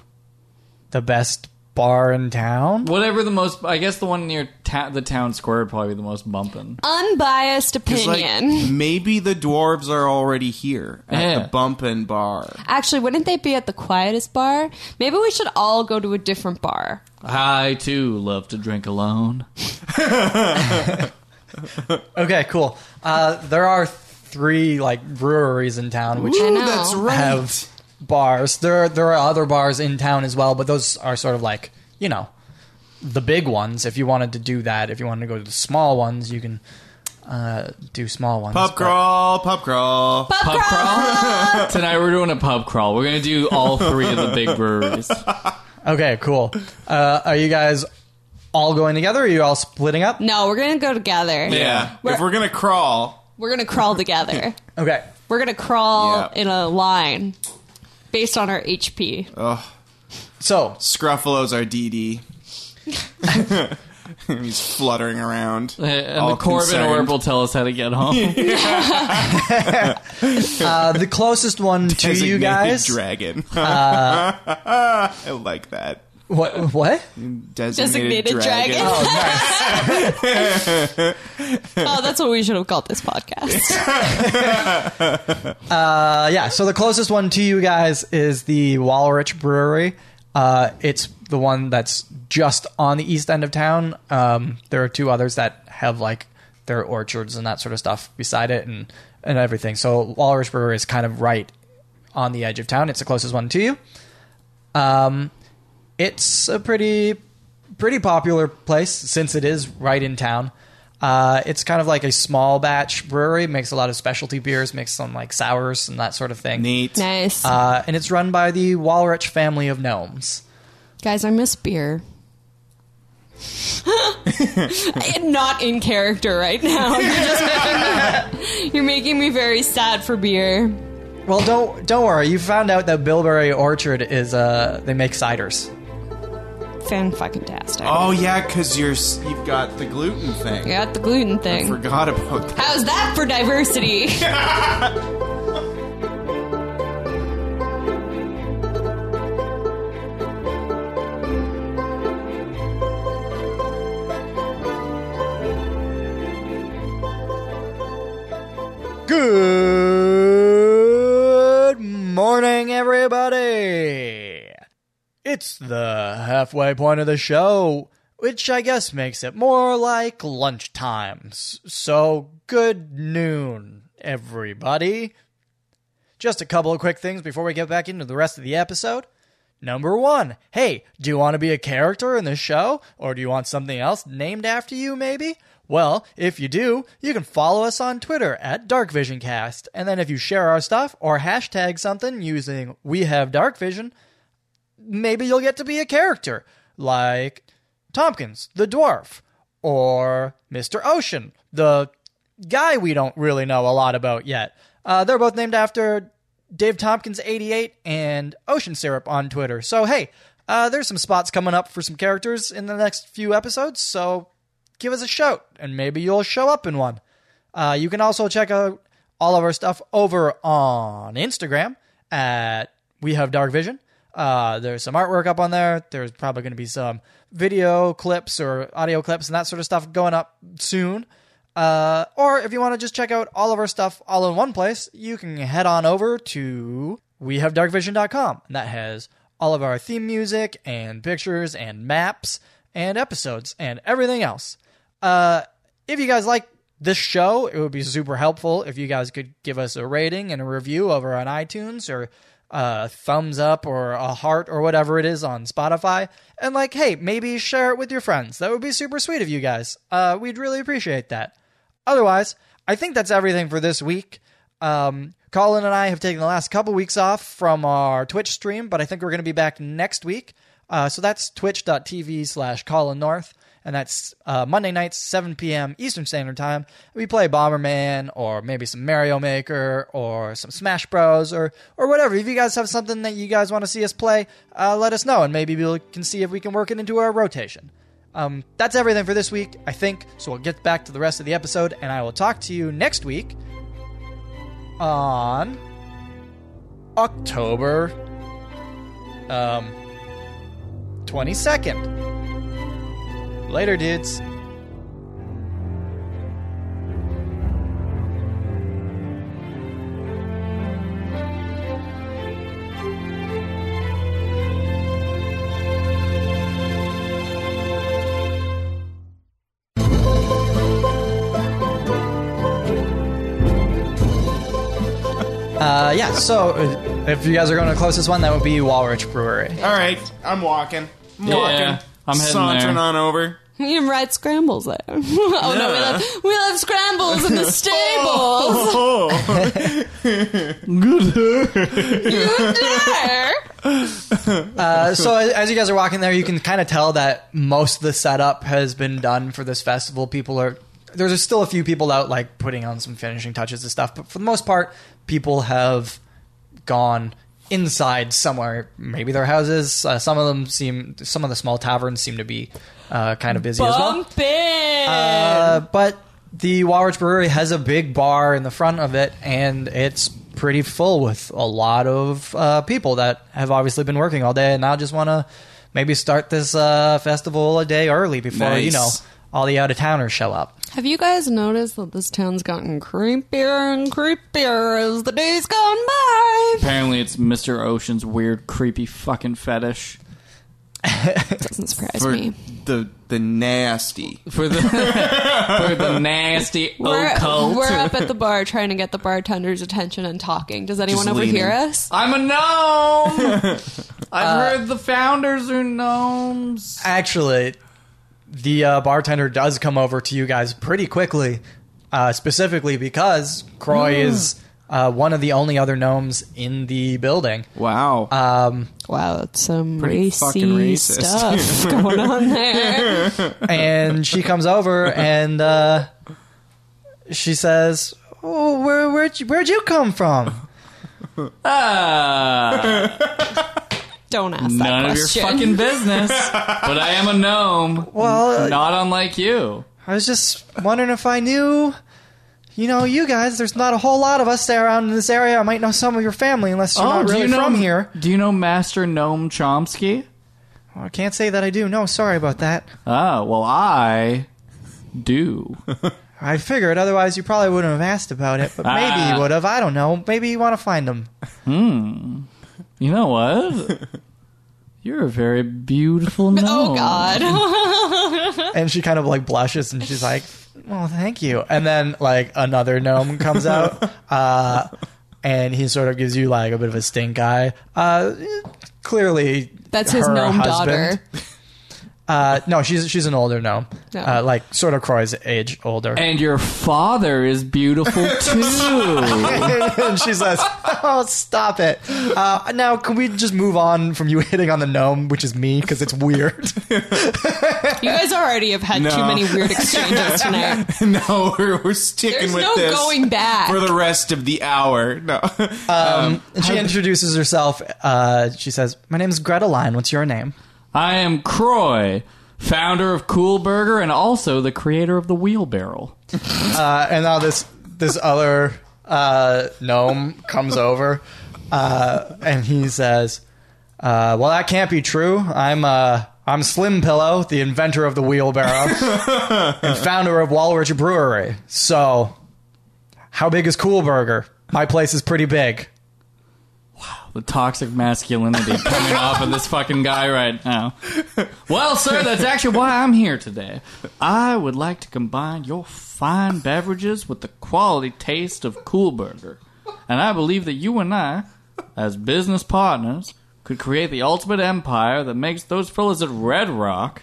Speaker 1: the best bar in town?
Speaker 2: Whatever the most, I guess the one near ta- the town square would probably be the most bumping.
Speaker 4: Unbiased
Speaker 3: It's like,
Speaker 4: opinion.
Speaker 3: maybe the dwarves are already here at
Speaker 2: Yeah.
Speaker 3: the Bumpin' Bar.
Speaker 4: Actually, wouldn't they be at the quietest bar? Maybe we should all go to a different bar.
Speaker 2: I too love to drink alone.
Speaker 1: Okay, cool. Uh, there are three like breweries in town which
Speaker 4: I know.
Speaker 3: That's right.
Speaker 1: have bars. There are, there are other bars in town as well, but those are sort of like you know the big ones. If you wanted to do that, if you wanted to go to the small ones, you can uh, do small ones.
Speaker 3: pub
Speaker 1: but-
Speaker 3: crawl, pub crawl.
Speaker 4: Pub
Speaker 2: Pub
Speaker 4: crawl!
Speaker 2: crawl? Tonight we're doing a pub crawl. We're going to do all three of the big breweries. Uh,
Speaker 1: Okay, cool. Uh, are you guys all going together? Or are you all splitting up?
Speaker 4: No, we're gonna go together.
Speaker 3: yeah.
Speaker 4: We're,
Speaker 3: if we're gonna crawl,
Speaker 4: we're gonna crawl together.
Speaker 1: Okay.
Speaker 4: We're gonna crawl
Speaker 3: Yeah.
Speaker 4: in a line based on our HP.
Speaker 3: Oh.
Speaker 1: So
Speaker 3: Scruffalo's our DD. He's fluttering around.
Speaker 2: Uh, And
Speaker 3: all
Speaker 2: the Corbin
Speaker 3: concerned.
Speaker 2: Orb will tell us how to get home.
Speaker 1: uh, the closest one to you
Speaker 3: Designated
Speaker 1: guys. Uh,
Speaker 3: dragon. I like that.
Speaker 1: what? What?
Speaker 3: Designated,
Speaker 4: Designated
Speaker 3: dragon.
Speaker 4: dragon.
Speaker 1: Oh, nice.
Speaker 4: Oh, that's what we should have called this podcast.
Speaker 1: Uh, yeah. So the closest one to you guys is the Walrich Brewery. Uh, it's the one that's just on the east end of town. Um, there are two others that have like their orchards and that sort of stuff beside it and and everything. So Walrich Brewery is kind of right on the edge of town. It's the closest one to you. Um, it's a pretty pretty popular place since it is right in town. Uh, it's kind of like a small batch brewery. Makes a lot of specialty beers. Makes some like sours and that sort of thing.
Speaker 3: Neat.
Speaker 4: nice.
Speaker 1: Uh, and it's run by the Walrich family of gnomes.
Speaker 4: Guys, I miss beer. I am not in character right now. You're just making me, you're making me very sad for beer.
Speaker 1: Well, don't don't worry. You found out that Bilberry Orchard is uh they make ciders.
Speaker 4: Fan fucking tastic.
Speaker 3: Oh yeah, because you're s- you've got the gluten thing.
Speaker 4: I got the gluten
Speaker 3: I
Speaker 4: thing.
Speaker 3: forgot about that.
Speaker 4: How's that for diversity?
Speaker 1: Good morning, everybody. It's the halfway point of the show, which I guess makes it more like lunchtime. S- So, good noon, everybody. Just a couple of quick things before we get back into the rest of the episode. Number one, hey, do you want to be a character in the show? Or do you want something else named after you, maybe? Well, if you do, you can follow us on Twitter at DarkVisionCast. And then if you share our stuff or hashtag something using We Have Dark Vision, maybe you'll get to be a character like Tompkins, the dwarf, or Mr. Ocean, the guy we don't really know a lot about yet. Uh, they're both named after Dave Tompkins88 and Ocean Syrup on Twitter. So, hey, uh, there's some spots coming up for some characters in the next few episodes, so give us a shout and maybe you'll show up in one. Uh, you can also check out all of our stuff over on Instagram at We Have Dark Vision. Uh, there's some artwork up on there. There's probably going to be some video clips or audio clips and that sort of stuff going up soon. Uh, or if you want to just check out all of our stuff all in one place, you can head on over to wehavedarkvision.com. And that has all of our theme music and pictures and maps and episodes and everything else. Uh, if you guys like this show, it would be super helpful if you guys could give us a rating and a review over on iTunes or a thumbs up or a heart or whatever it is on Spotify. And like, hey, maybe share it with your friends. That would be super sweet of you guys. Uh, we'd really appreciate that. Otherwise, I think that's everything for this week. Um, Colin and I have taken the last couple weeks off from our Twitch stream, but I think we're going to be back next week. Uh, so that's twitch.tv slash Colin North. And that's uh, Monday nights, 7 p.m. Eastern Standard Time. We play Bomberman or maybe some Mario Maker or some Smash Bros. or or whatever. If you guys have something that you guys want to see us play, uh, let us know, and maybe we can see if we can work it into our rotation. Um, that's everything for this week, I think. So we'll get back to the rest of the episode, and I will talk to you next week on October um 22nd. Later, dudes. Uh, yeah. So, uh, if you guys are going to the closest one, that would be Walrich Brewery.
Speaker 3: All right, I'm walking. I'm
Speaker 2: Yeah,
Speaker 3: walking.
Speaker 2: I'm heading
Speaker 3: sauntering
Speaker 2: there.
Speaker 3: on over.
Speaker 4: We didn't ride scrambles there. oh no, we
Speaker 3: Yeah.
Speaker 4: left we left scrambles in the stables.
Speaker 3: Oh,
Speaker 4: You dare?
Speaker 1: Uh, so as as you guys are walking there, you can kind of tell that most of the setup has been done for this festival. People are there's still a few people out like putting on some finishing touches and stuff, but for the most part, people have gone inside somewhere, maybe their houses. Uh, some of them seem some of the small taverns seem to be uh, kind of busy as well.
Speaker 4: Bump in.
Speaker 1: Uh, but the Walrus Brewery has a big bar in the front of it, and it's pretty full with a lot of uh, people that have obviously been working all day and now just want to maybe start this uh, festival a day early before you
Speaker 3: Nice.
Speaker 1: know all the out of towners show up.
Speaker 4: Have you guys noticed that this town's gotten creepier and creepier as the days gone by?
Speaker 2: Apparently, it's Mr. Ocean's weird, creepy fucking fetish.
Speaker 4: Doesn't surprise
Speaker 3: for
Speaker 4: me.
Speaker 3: the the nasty.
Speaker 2: For the, for the nasty
Speaker 4: We're,
Speaker 2: occult.
Speaker 4: we're up at the bar trying to get the bartender's attention and talking. Does anyone
Speaker 3: Just
Speaker 4: overhear
Speaker 3: leaning.
Speaker 4: us?
Speaker 2: I'm a gnome! I've heard the founders are gnomes.
Speaker 1: Actually, the uh, bartender does come over to you guys pretty quickly, uh, specifically because Croy is uh, one of the only other gnomes in the building.
Speaker 3: Wow.
Speaker 4: Uh,
Speaker 1: Um,
Speaker 4: Wow, that's some
Speaker 3: Pretty
Speaker 4: racy
Speaker 3: fucking racist.
Speaker 4: stuff going on there.
Speaker 1: and she comes over and uh, she says, "Oh, where where'd you, where'd you come from?"
Speaker 2: Ah,
Speaker 4: Don't ask that
Speaker 2: none of your
Speaker 4: question.
Speaker 2: fucking business. But I am a gnome.
Speaker 1: Well,
Speaker 2: Not unlike you.
Speaker 1: I was just wondering if I knew. You know, you guys. There's not a whole lot of us around in this area. I might know some of your family, unless you're not
Speaker 2: Oh, do
Speaker 1: really
Speaker 2: you know,
Speaker 1: from here.
Speaker 2: Do you know Master Gnome Chomsky?
Speaker 1: Well, I can't say that I do. No, sorry about that.
Speaker 2: Ah, well, I do.
Speaker 1: I figured. Otherwise, you probably wouldn't have asked about it. But maybe
Speaker 2: Ah.
Speaker 1: you would have. I don't know. Maybe you want to find them.
Speaker 2: You know what? You're a very beautiful gnome.
Speaker 4: Oh God!
Speaker 1: and she kind of like blushes and she's like, "Well, thank you." And then like another gnome comes out, uh, and he sort of gives you like a bit of a stink eye. Uh, clearly,
Speaker 4: That's his
Speaker 1: her
Speaker 4: gnome
Speaker 1: husband. Uh, no, she's she's an older gnome,
Speaker 4: No.
Speaker 1: uh, like sort of Croy's age older.
Speaker 2: And your father is beautiful too.
Speaker 1: and she says, "Oh, stop it!" Uh, now, can we just move on from you hitting on the gnome, which is me, because it's weird.
Speaker 4: daughter. You guys already have had too
Speaker 3: No.
Speaker 4: many weird exchanges tonight.
Speaker 3: no, we're, we're sticking
Speaker 4: There's
Speaker 3: with
Speaker 4: no
Speaker 3: this
Speaker 4: going back. Uh,
Speaker 3: for the rest of the hour. No.
Speaker 1: And she introduces herself. Uh, she says, "My name is Greteline. What's your name?"
Speaker 2: I am Croy, founder of Cool Burger and also the creator of the wheelbarrow.
Speaker 1: uh, and now this this other uh, gnome comes over, uh, and he says, uh, "Well, that can't be true. I'm uh, I'm Slim Pillow, the inventor of the wheelbarrow and founder of Walrich Brewery. So, how big is Cool Burger? My place is pretty big."
Speaker 2: The toxic masculinity coming off of this fucking guy right now. Well, sir, that's actually why I'm here today. I would like to combine your fine beverages with the quality taste of Cool Burger. And I believe that you and I, as business partners, could create the ultimate empire that makes those fellas at Red Rock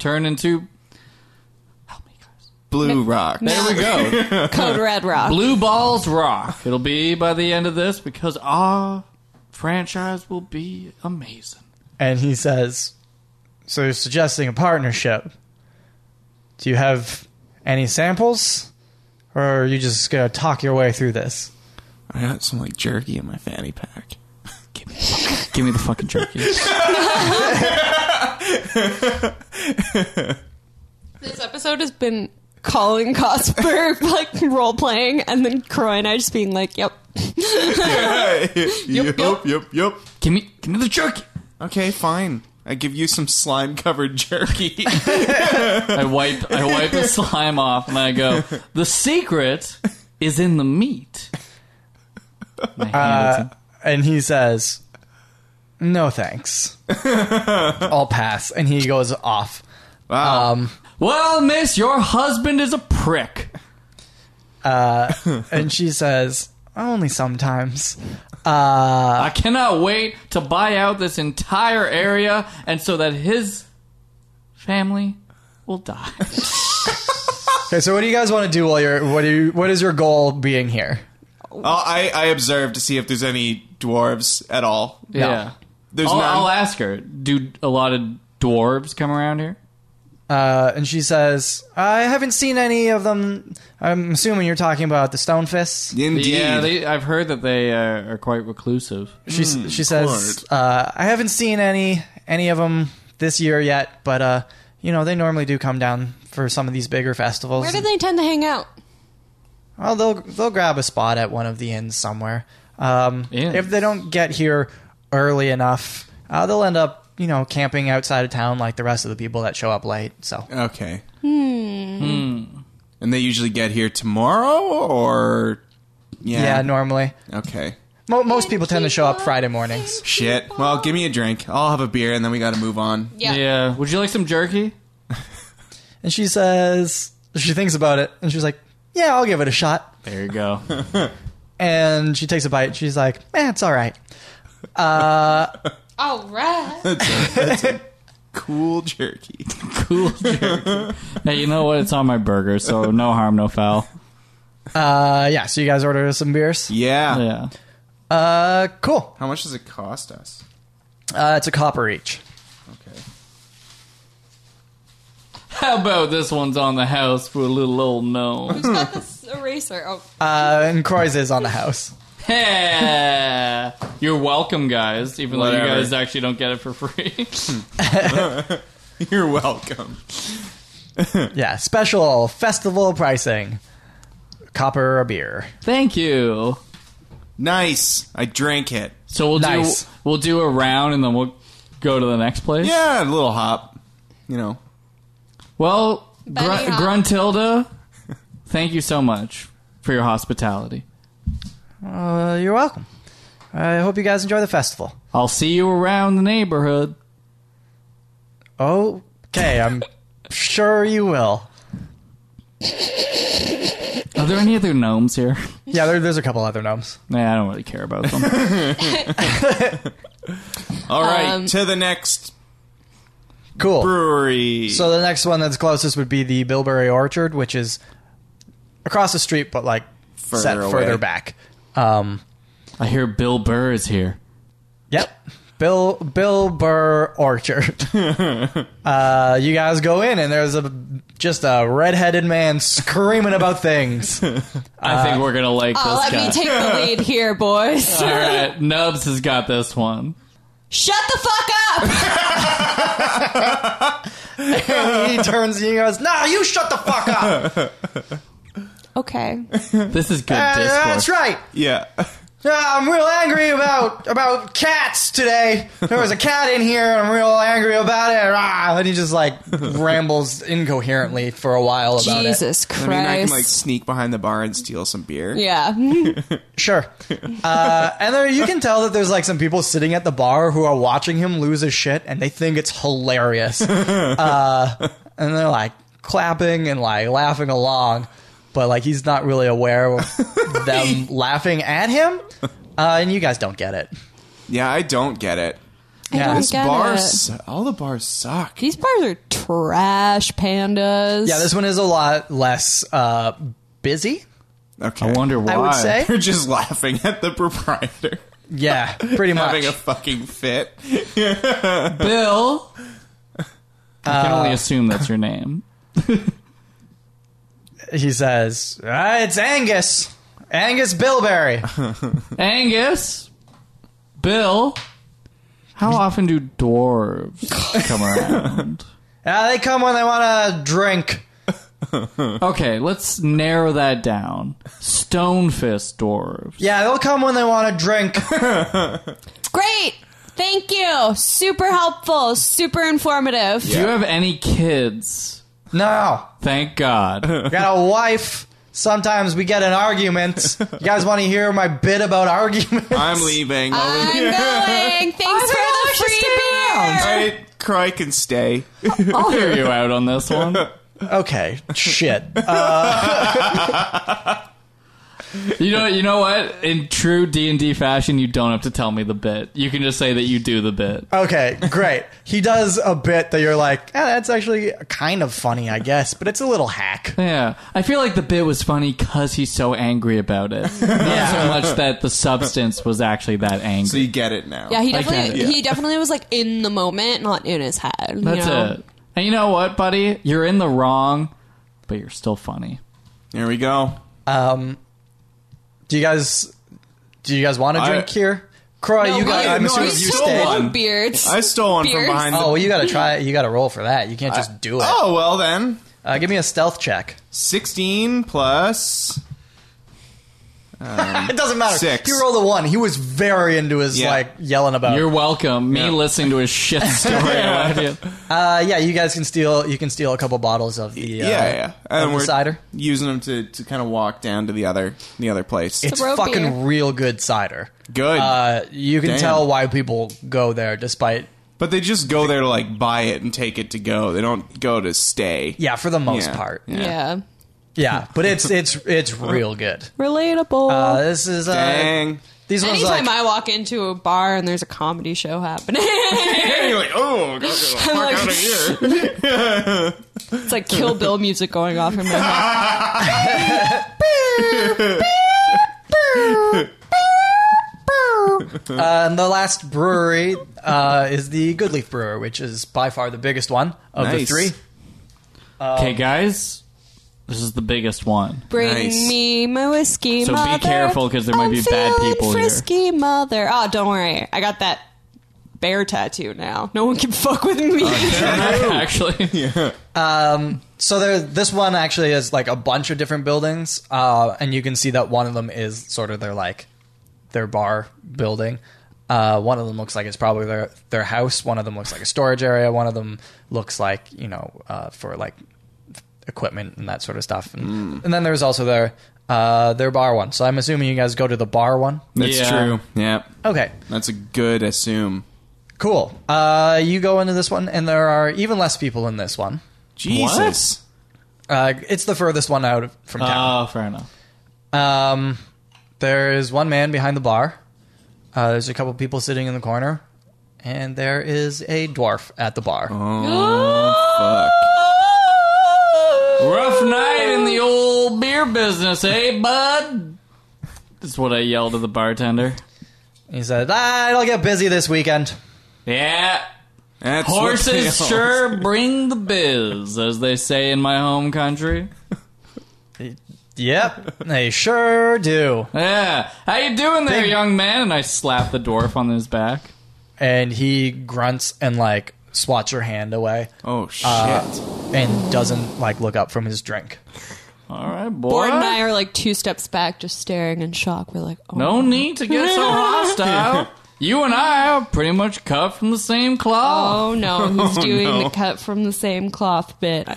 Speaker 2: turn into. Help me, guys.
Speaker 3: Blue Rock.
Speaker 2: There we go.
Speaker 4: Code Red Rock.
Speaker 2: Blue Balls Rock. It'll be by the end of this because our franchise will be amazing.
Speaker 1: And he says, So you're suggesting a partnership. Do you have any samples? Or are you just going to talk your way through this?
Speaker 3: I got some like jerky in my fanny pack.
Speaker 2: Give me, the fucking- give me the fucking jerky.
Speaker 4: This episode has been calling Cosper like role playing, and then Croy and I just being like, "Yep,
Speaker 3: yep,
Speaker 4: yep.
Speaker 3: yep, yep.
Speaker 2: Give me, give me the jerky.
Speaker 3: Okay, fine. I give you some slime covered jerky.
Speaker 2: I wipe, I wipe the slime off, and I go. The secret is in the meat. My hand is-
Speaker 1: Uh, And he says, No thanks. I'll pass. And he goes off.
Speaker 3: wow.
Speaker 1: Um,
Speaker 2: well, miss, your husband is a prick.
Speaker 1: and she says, Only sometimes.
Speaker 2: I cannot wait to buy out this entire area and so that his family will die.
Speaker 1: Okay, so what do you guys want to do while you're. What, do you, what is your goal being here?
Speaker 3: oh, I I observe to see if there's any dwarves at all.
Speaker 2: Yeah.
Speaker 3: There's
Speaker 2: I'll,
Speaker 3: none.
Speaker 2: I'll ask her. Do a lot of dwarves come around here?
Speaker 1: Uh, and she says, I haven't seen any of them. I'm assuming you're talking about the stone fists.
Speaker 3: Indeed.
Speaker 2: Yeah, they, I've heard that they uh, are quite reclusive.
Speaker 1: She s she says, uh, I haven't seen any any of them this year yet, but uh, you know they normally do come down for some of these bigger festivals.
Speaker 4: where do they tend to hang out?"
Speaker 1: Well, they'll they'll grab a spot at one of the inns somewhere. Um,
Speaker 2: Inns.
Speaker 1: If they don't get here early enough, uh, they'll end up you know camping outside of town like the rest of the people that show up late. So
Speaker 3: okay. Hmm.
Speaker 2: Hmm.
Speaker 3: And they usually get here tomorrow, or
Speaker 1: yeah,
Speaker 3: yeah.
Speaker 1: normally
Speaker 3: okay.
Speaker 1: Mo- most people tend to show up Friday mornings.
Speaker 3: Shit. Well, give me a drink. I'll have a beer, and then we got to move on.
Speaker 4: Yeah.
Speaker 2: Would you like some jerky?
Speaker 1: And she says she thinks about it and she's like, yeah, I'll give it a shot.
Speaker 2: There you go.
Speaker 1: And she takes a bite. She's like, eh, it's all right.
Speaker 4: All right.
Speaker 3: Cool jerky.
Speaker 2: cool jerky. hey, you know what? It's on my burger, so no harm, no foul.
Speaker 1: Uh, yeah. So you guys order some beers.
Speaker 3: Yeah.
Speaker 2: Yeah.
Speaker 1: Uh, cool.
Speaker 3: How much does it cost us?
Speaker 1: Uh, it's a copper each.
Speaker 3: Okay.
Speaker 2: How about this one's on the house for a little old gnome?
Speaker 4: Who's got this eraser? Oh,
Speaker 1: Uh, and Croy's is on the house.
Speaker 2: Heh. You're welcome, guys, even though you
Speaker 3: Whatever.
Speaker 2: guys actually don't get it for free.
Speaker 3: You're welcome.
Speaker 1: Yeah, special festival pricing. Copper a beer.
Speaker 2: Thank you.
Speaker 3: Nice. I drank it.
Speaker 2: So we'll
Speaker 1: Nice.
Speaker 2: do we'll do a round and then we'll go to the next place.
Speaker 3: Yeah, a little hop. You know.
Speaker 2: Well, Gr-
Speaker 4: Bunny hop.
Speaker 2: Gruntilda, thank you so much for your hospitality.
Speaker 1: Uh, you're welcome. I hope you guys enjoy the festival.
Speaker 2: I'll see you around the neighborhood.
Speaker 1: Okay, I'm sure you will.
Speaker 2: Are there any other gnomes here?
Speaker 1: Yeah, there, there's a couple other gnomes.
Speaker 2: Nah, I don't really care about them.
Speaker 3: All right,
Speaker 4: Um,
Speaker 3: to the next
Speaker 1: Cool.
Speaker 3: brewery.
Speaker 1: So the next one that's closest would be the Bilberry Orchard, which is across the street, but like
Speaker 3: Further
Speaker 1: set
Speaker 3: away.
Speaker 1: further back. Um,
Speaker 2: I hear Bill Burr is here.
Speaker 1: yep, Bill Bill Burr Orchard. uh, you guys go in, and there's a just a redheaded man screaming about things.
Speaker 2: I think we're gonna like
Speaker 4: oh,
Speaker 2: this
Speaker 4: let
Speaker 2: guy.
Speaker 4: me take the lead here, boys.
Speaker 2: All right, Nubs has got this one.
Speaker 4: Shut the fuck up!
Speaker 1: he turns to you and goes, "Nah, you shut the fuck up."
Speaker 4: Okay.
Speaker 2: This is good
Speaker 1: Uh,
Speaker 2: discourse.
Speaker 1: that's right.
Speaker 3: yeah.
Speaker 1: Yeah, I'm real angry about about cats today. There was a cat in here, and I'm real angry about it. Ah, and he just like rambles incoherently for a while about it.
Speaker 4: Jesus
Speaker 3: I
Speaker 4: Christ.
Speaker 3: mean, I can like sneak behind the bar and steal some beer.
Speaker 4: yeah.
Speaker 1: Sure. Uh, and there, you can tell that there's like some people sitting at the bar who are watching him lose his shit, and they think it's hilarious. Uh, and they're like clapping and like laughing along, but like he's not really aware of them laughing at him. Uh, and you guys don't get it.
Speaker 3: Yeah, I don't get it.
Speaker 4: I
Speaker 1: Yeah.
Speaker 4: don't
Speaker 1: This
Speaker 4: get it.
Speaker 3: Bars, all the bars suck.
Speaker 4: These bars are trash, pandas.
Speaker 1: Yeah, this one is a lot less uh, busy.
Speaker 3: Okay.
Speaker 2: I wonder why.
Speaker 1: I would say.
Speaker 3: They're just laughing at the proprietor
Speaker 1: Yeah, pretty much.
Speaker 3: having a fucking fit.
Speaker 2: Bill. I can
Speaker 1: Uh,
Speaker 2: only assume that's your name.
Speaker 1: he says, ah, "It's Angus, Angus Bilberry."
Speaker 2: Angus. Bill. How often do dwarves come around?
Speaker 1: Ah, they come when they want to drink.
Speaker 2: Okay, let's narrow that down. Stonefist dwarves.
Speaker 1: Yeah, they'll come when they want to drink.
Speaker 4: Great. Thank you. Super helpful. Super informative.
Speaker 2: Do you have any kids?
Speaker 1: no,
Speaker 2: Thank God.
Speaker 1: got a wife. Sometimes we get in arguments. You guys want to hear my bit about arguments?
Speaker 3: I'm leaving.
Speaker 4: I'm
Speaker 3: All
Speaker 4: going. Thanks for the free beer.
Speaker 3: right, Croy can stay.
Speaker 2: I'll hear you out on this one.
Speaker 1: Okay, shit. Uh,
Speaker 2: You know, you know what? In true D and D fashion, you don't have to tell me the bit. You can just say that you do the bit.
Speaker 1: okay, great. He does a bit that you're like, eh, that's actually kind of funny, I guess, but it's a little hack.
Speaker 2: Yeah, I feel like the bit was funny because he's so angry about it. Not so much that the substance was actually that angry.
Speaker 3: So you get it now.
Speaker 4: Yeah, he
Speaker 2: I
Speaker 4: definitely
Speaker 2: get it.
Speaker 4: he definitely was like in the moment, not in his head. you
Speaker 2: That's
Speaker 4: know?
Speaker 2: it. And you know what, buddy? You're in the wrong, but you're still funny.
Speaker 3: Here we go.
Speaker 1: Um, do you guys do you guys want to
Speaker 3: I-
Speaker 1: drink here? Croy,
Speaker 4: No,
Speaker 1: you
Speaker 4: we-
Speaker 1: guys. I'm
Speaker 3: no,
Speaker 1: assuming
Speaker 3: I
Speaker 1: you
Speaker 3: stole
Speaker 1: stay.
Speaker 3: one.
Speaker 4: Long beards.
Speaker 3: I stole one
Speaker 4: Beers?
Speaker 3: from behind.
Speaker 1: Oh,
Speaker 3: the-
Speaker 1: well, you got to try. You got to roll for that. You can't just do it.
Speaker 3: oh well then.
Speaker 1: Uh, give me a stealth check.
Speaker 3: Sixteen plus.
Speaker 1: It doesn't matter.
Speaker 3: Six.
Speaker 1: He rolled a one. He was very into his
Speaker 3: Yeah.
Speaker 1: like yelling about.
Speaker 2: You're welcome. Me
Speaker 3: Yeah.
Speaker 2: listening to his shit story about you.
Speaker 1: uh, yeah, you guys can steal. You can steal a couple bottles of the uh,
Speaker 3: Yeah, yeah. yeah.
Speaker 1: of the cider.
Speaker 3: using them to, to kind of walk down to the other the other place.
Speaker 1: It's
Speaker 4: roe
Speaker 1: fucking
Speaker 4: beer.
Speaker 1: real good cider.
Speaker 3: Good.
Speaker 1: Uh, you can
Speaker 3: Damn.
Speaker 1: tell why people go there, despite
Speaker 3: but they just go there to like buy it and take it to go. They don't go to stay.
Speaker 1: yeah, for the most
Speaker 3: Yeah.
Speaker 1: part,
Speaker 3: Yeah.
Speaker 4: yeah.
Speaker 1: yeah. But it's it's it's real good.
Speaker 4: Relatable.
Speaker 1: Uh, this is uh,
Speaker 3: Dang.
Speaker 1: these ones
Speaker 4: Anytime
Speaker 1: like
Speaker 4: I walk into a bar and there's a comedy show happening,
Speaker 3: And you're like, oh, go get the fuck
Speaker 4: like-
Speaker 3: out of here.
Speaker 4: it's like Kill Bill music going off in my head.
Speaker 1: uh, and the last brewery uh, is the Goodleaf Brewer, which is by far the biggest one of the
Speaker 3: Nice.
Speaker 1: three.
Speaker 2: Okay, guys, this is the biggest one.
Speaker 4: Bring
Speaker 3: Nice.
Speaker 4: me my whiskey,
Speaker 2: So be
Speaker 4: mother.
Speaker 2: careful 'cause there might
Speaker 4: I'm
Speaker 2: be bad
Speaker 4: feeling
Speaker 2: people here.
Speaker 4: frisky, mother. Oh, don't worry. I got that bear tattoo now. No one can fuck with me.
Speaker 2: Uh, Actually,
Speaker 1: So there, this one actually is like a bunch of different buildings, uh, and you can see that one of them is sort of their like their bar building. Uh, one of them looks like it's probably their their house. One of them looks like a storage area. One of them looks like you know uh, for like equipment and that sort of stuff. And, and then there's also their uh, their bar one. So I'm assuming you guys go to the bar one.
Speaker 3: That's
Speaker 2: Yeah.
Speaker 3: true. Yeah.
Speaker 1: Okay,
Speaker 3: That's a good assume.
Speaker 1: cool. Uh, you go into this one, and there are even less people in this one.
Speaker 3: Jesus.
Speaker 1: Uh, it's the furthest one out of- from town.
Speaker 2: oh, fair enough.
Speaker 1: Um, there is one man behind the bar. Uh, there's a couple people sitting in the corner, and there is a dwarf at the bar.
Speaker 3: Fuck.
Speaker 2: Rough night in the old beer business, eh, bud? That's what I yelled at the bartender.
Speaker 1: He said, ah, "It'll get busy this weekend."
Speaker 2: Yeah.
Speaker 3: That's what they all-
Speaker 2: Horses sure bring the biz, as they say in my home country.
Speaker 1: Yep, they sure do.
Speaker 2: Yeah. How you doing there,
Speaker 1: Big-
Speaker 2: young man? And I slap the dwarf on his back.
Speaker 1: And he grunts and like swats your hand away,
Speaker 3: Oh shit.
Speaker 1: and doesn't like look up from his drink.
Speaker 2: All right, boy.
Speaker 4: Board and I are like two steps back, just staring in shock. We're like, oh,
Speaker 2: No need to get so hostile. You and I are pretty much cut from the same cloth.
Speaker 4: oh no, he's doing the cut from the same cloth bit.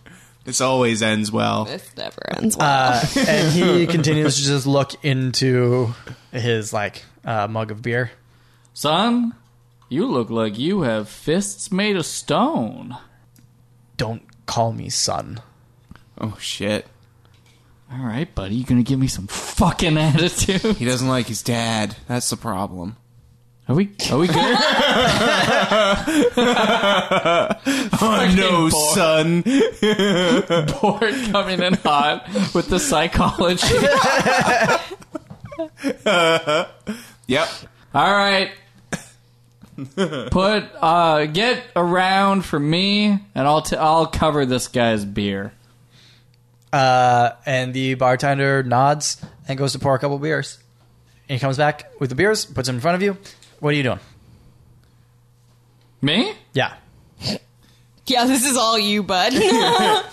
Speaker 3: this always ends well.
Speaker 4: this never ends well.
Speaker 1: Uh, and he continues to just look into his like uh, mug of beer.
Speaker 2: Son, you look like you have fists made of stone.
Speaker 1: Don't call me son.
Speaker 3: Oh shit.
Speaker 2: All right, buddy, you gonna give me some fucking attitude?
Speaker 3: He doesn't like his dad. That's the problem.
Speaker 2: Are we? Are we good?
Speaker 3: Oh no, son.
Speaker 2: Board coming in hot with the psychology.
Speaker 3: Yep.
Speaker 2: All right. Put uh, get around for me, and I'll t- I'll cover this guy's beer.
Speaker 1: Uh, and the bartender nods and goes to pour a couple beers. And he comes back with the beers, puts them in front of you. What are you doing?
Speaker 2: Me?
Speaker 1: Yeah.
Speaker 4: Yeah, this is all you, bud.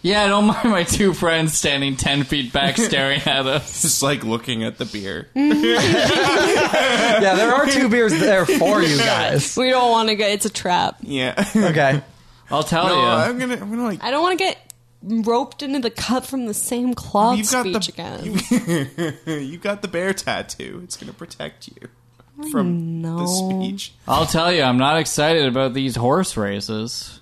Speaker 2: Yeah, I don't mind my two friends standing ten feet back staring at us.
Speaker 3: Just like looking at the beer.
Speaker 1: Yeah, there are two beers there for you guys.
Speaker 4: we don't want to get. It's a trap.
Speaker 3: Yeah.
Speaker 1: Okay.
Speaker 2: I'll tell
Speaker 3: No,
Speaker 2: you.
Speaker 3: I'm gonna, I'm gonna like.
Speaker 4: I don't want to get roped into the cut from the same cloth
Speaker 3: You've got
Speaker 4: speech
Speaker 3: the
Speaker 4: again.
Speaker 3: you got the bear tattoo. It's gonna protect you from
Speaker 4: no.
Speaker 3: the speech.
Speaker 2: I'll tell you, I'm not excited about these horse races.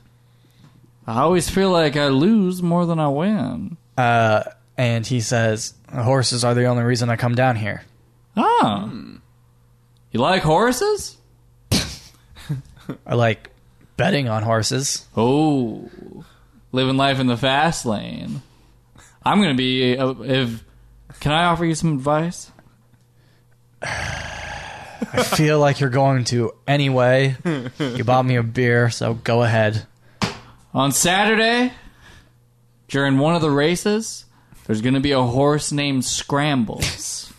Speaker 2: I always feel like I lose more than I win.
Speaker 1: Uh, and he says, Horses are the only reason I come down here.
Speaker 2: Ah. You like horses?
Speaker 1: I like betting on horses.
Speaker 2: Oh. Living life in the fast lane. I'm going to be uh, if can I offer you some advice?
Speaker 1: I feel like you're going to anyway. You bought me a beer, so go ahead.
Speaker 2: On Saturday, during one of the races, there's going to be a horse named Scrambles.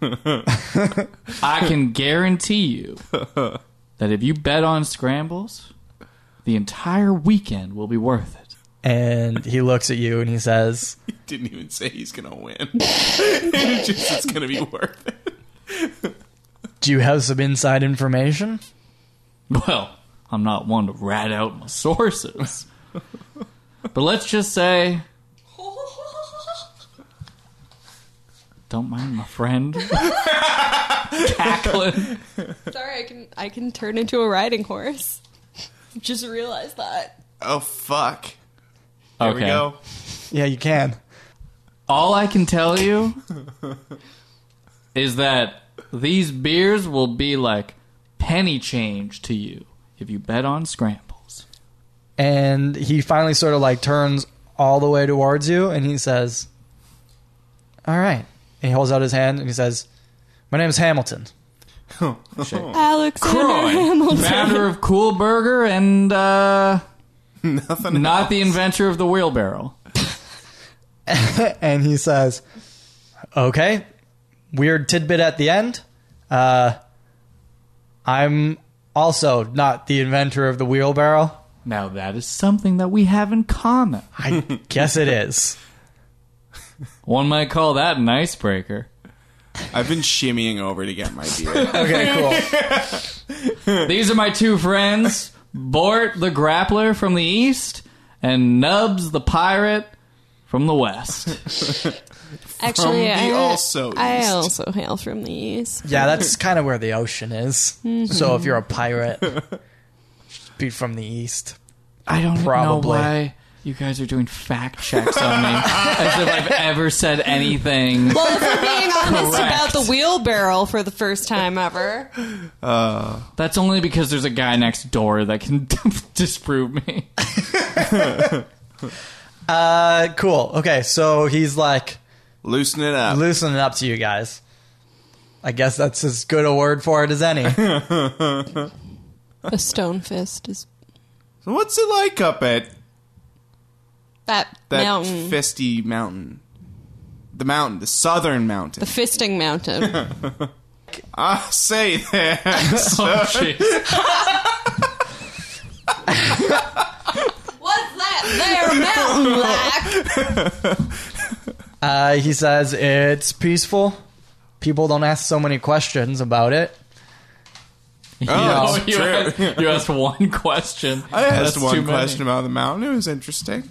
Speaker 2: I can guarantee you that if you bet on Scrambles, the entire weekend will be worth it.
Speaker 1: And he looks at you and he says,
Speaker 3: Didn't even say he's gonna win. it's just it's gonna be worth it.
Speaker 1: Do you have some inside information?
Speaker 2: Well, I'm not one to rat out my sources. but let's just say. Don't mind my friend. Cackling.
Speaker 4: Sorry, I can I can turn into a riding horse. Just realized that.
Speaker 3: Oh fuck. There
Speaker 2: Okay.
Speaker 3: we go.
Speaker 1: Yeah, you can.
Speaker 2: All I can tell you is that these beers will be like penny change to you if you bet on scrambles.
Speaker 1: And he finally sort of like turns all the way towards you and he says, All right. And he holds out his hand and he says, My name's Hamilton.
Speaker 3: Oh.
Speaker 4: Alex
Speaker 2: Croy, founder of Cool Burger and uh,
Speaker 3: Nothing.
Speaker 2: not the inventor of the wheelbarrow.
Speaker 1: and he says, "Okay, weird tidbit at the end. Uh, I'm also not the inventor of the wheelbarrow.
Speaker 2: Now that is something that we have in common.
Speaker 1: I guess it is.
Speaker 2: One might call that an icebreaker.
Speaker 3: I've been shimmying over to get my beer.
Speaker 1: Okay, cool.
Speaker 2: These are my two friends, Bort the Grappler from the east and Nubs the Pirate from the west.
Speaker 4: Actually,
Speaker 3: From the
Speaker 4: I,
Speaker 3: also
Speaker 4: I
Speaker 3: east.
Speaker 4: also hail from the east.
Speaker 1: Yeah, that's kind of where the ocean is. So if you're a pirate, be from the east.
Speaker 2: I don't know
Speaker 1: Probably.
Speaker 2: why you guys are doing fact checks on me as if I've ever said anything.
Speaker 4: Well, if we're being honest
Speaker 2: Correct.
Speaker 4: about the wheelbarrow for the first time ever,
Speaker 3: Uh,
Speaker 2: That's only because there's a guy next door that can disprove me.
Speaker 1: Uh, cool. Okay, so he's like
Speaker 3: Loosen it up.
Speaker 1: loosening up to you guys. I guess that's as good a word for it as any.
Speaker 4: a stone fist is
Speaker 3: So what's it like up at
Speaker 4: that,
Speaker 3: that
Speaker 4: mountain,
Speaker 3: fisty mountain? The mountain, the southern mountain.
Speaker 4: the fisting mountain.
Speaker 3: I say that.
Speaker 2: Oh, jeez.
Speaker 4: What's that there mountain like?
Speaker 1: Uh, he says it's peaceful. People don't ask so many questions about it.
Speaker 3: Oh,
Speaker 2: you,
Speaker 3: it's
Speaker 2: asked,
Speaker 3: true.
Speaker 2: you asked one question.
Speaker 3: I
Speaker 2: Oh, That's
Speaker 3: asked
Speaker 2: too
Speaker 3: one
Speaker 2: many.
Speaker 3: question about the mountain. It was interesting.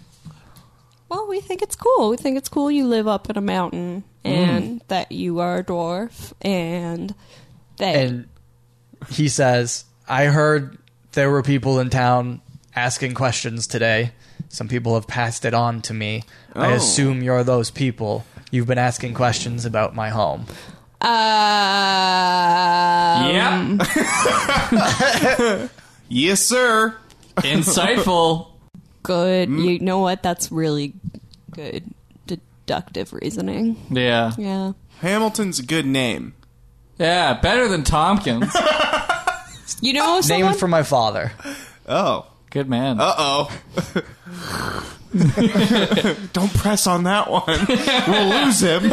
Speaker 4: Well, we think it's cool. We think it's cool you live up in a mountain
Speaker 1: Mm.
Speaker 4: and that you are a dwarf and that
Speaker 1: And he says, I heard there were people in town asking questions today. Some people have passed it on to me. I
Speaker 3: Oh.
Speaker 1: assume you're those people. You've been asking questions about my home.
Speaker 4: uh
Speaker 2: Um,
Speaker 3: yes, sir.
Speaker 2: Insightful.
Speaker 4: Good.
Speaker 1: Mm.
Speaker 4: You know what? That's really good deductive reasoning.
Speaker 2: Yeah.
Speaker 4: Yeah.
Speaker 3: Hamilton's a good name.
Speaker 2: Yeah, better than Tompkins.
Speaker 4: You know someone
Speaker 1: Named for my father.
Speaker 3: Oh.
Speaker 2: Good man.
Speaker 3: Uh oh. Don't press on that one. We'll lose him.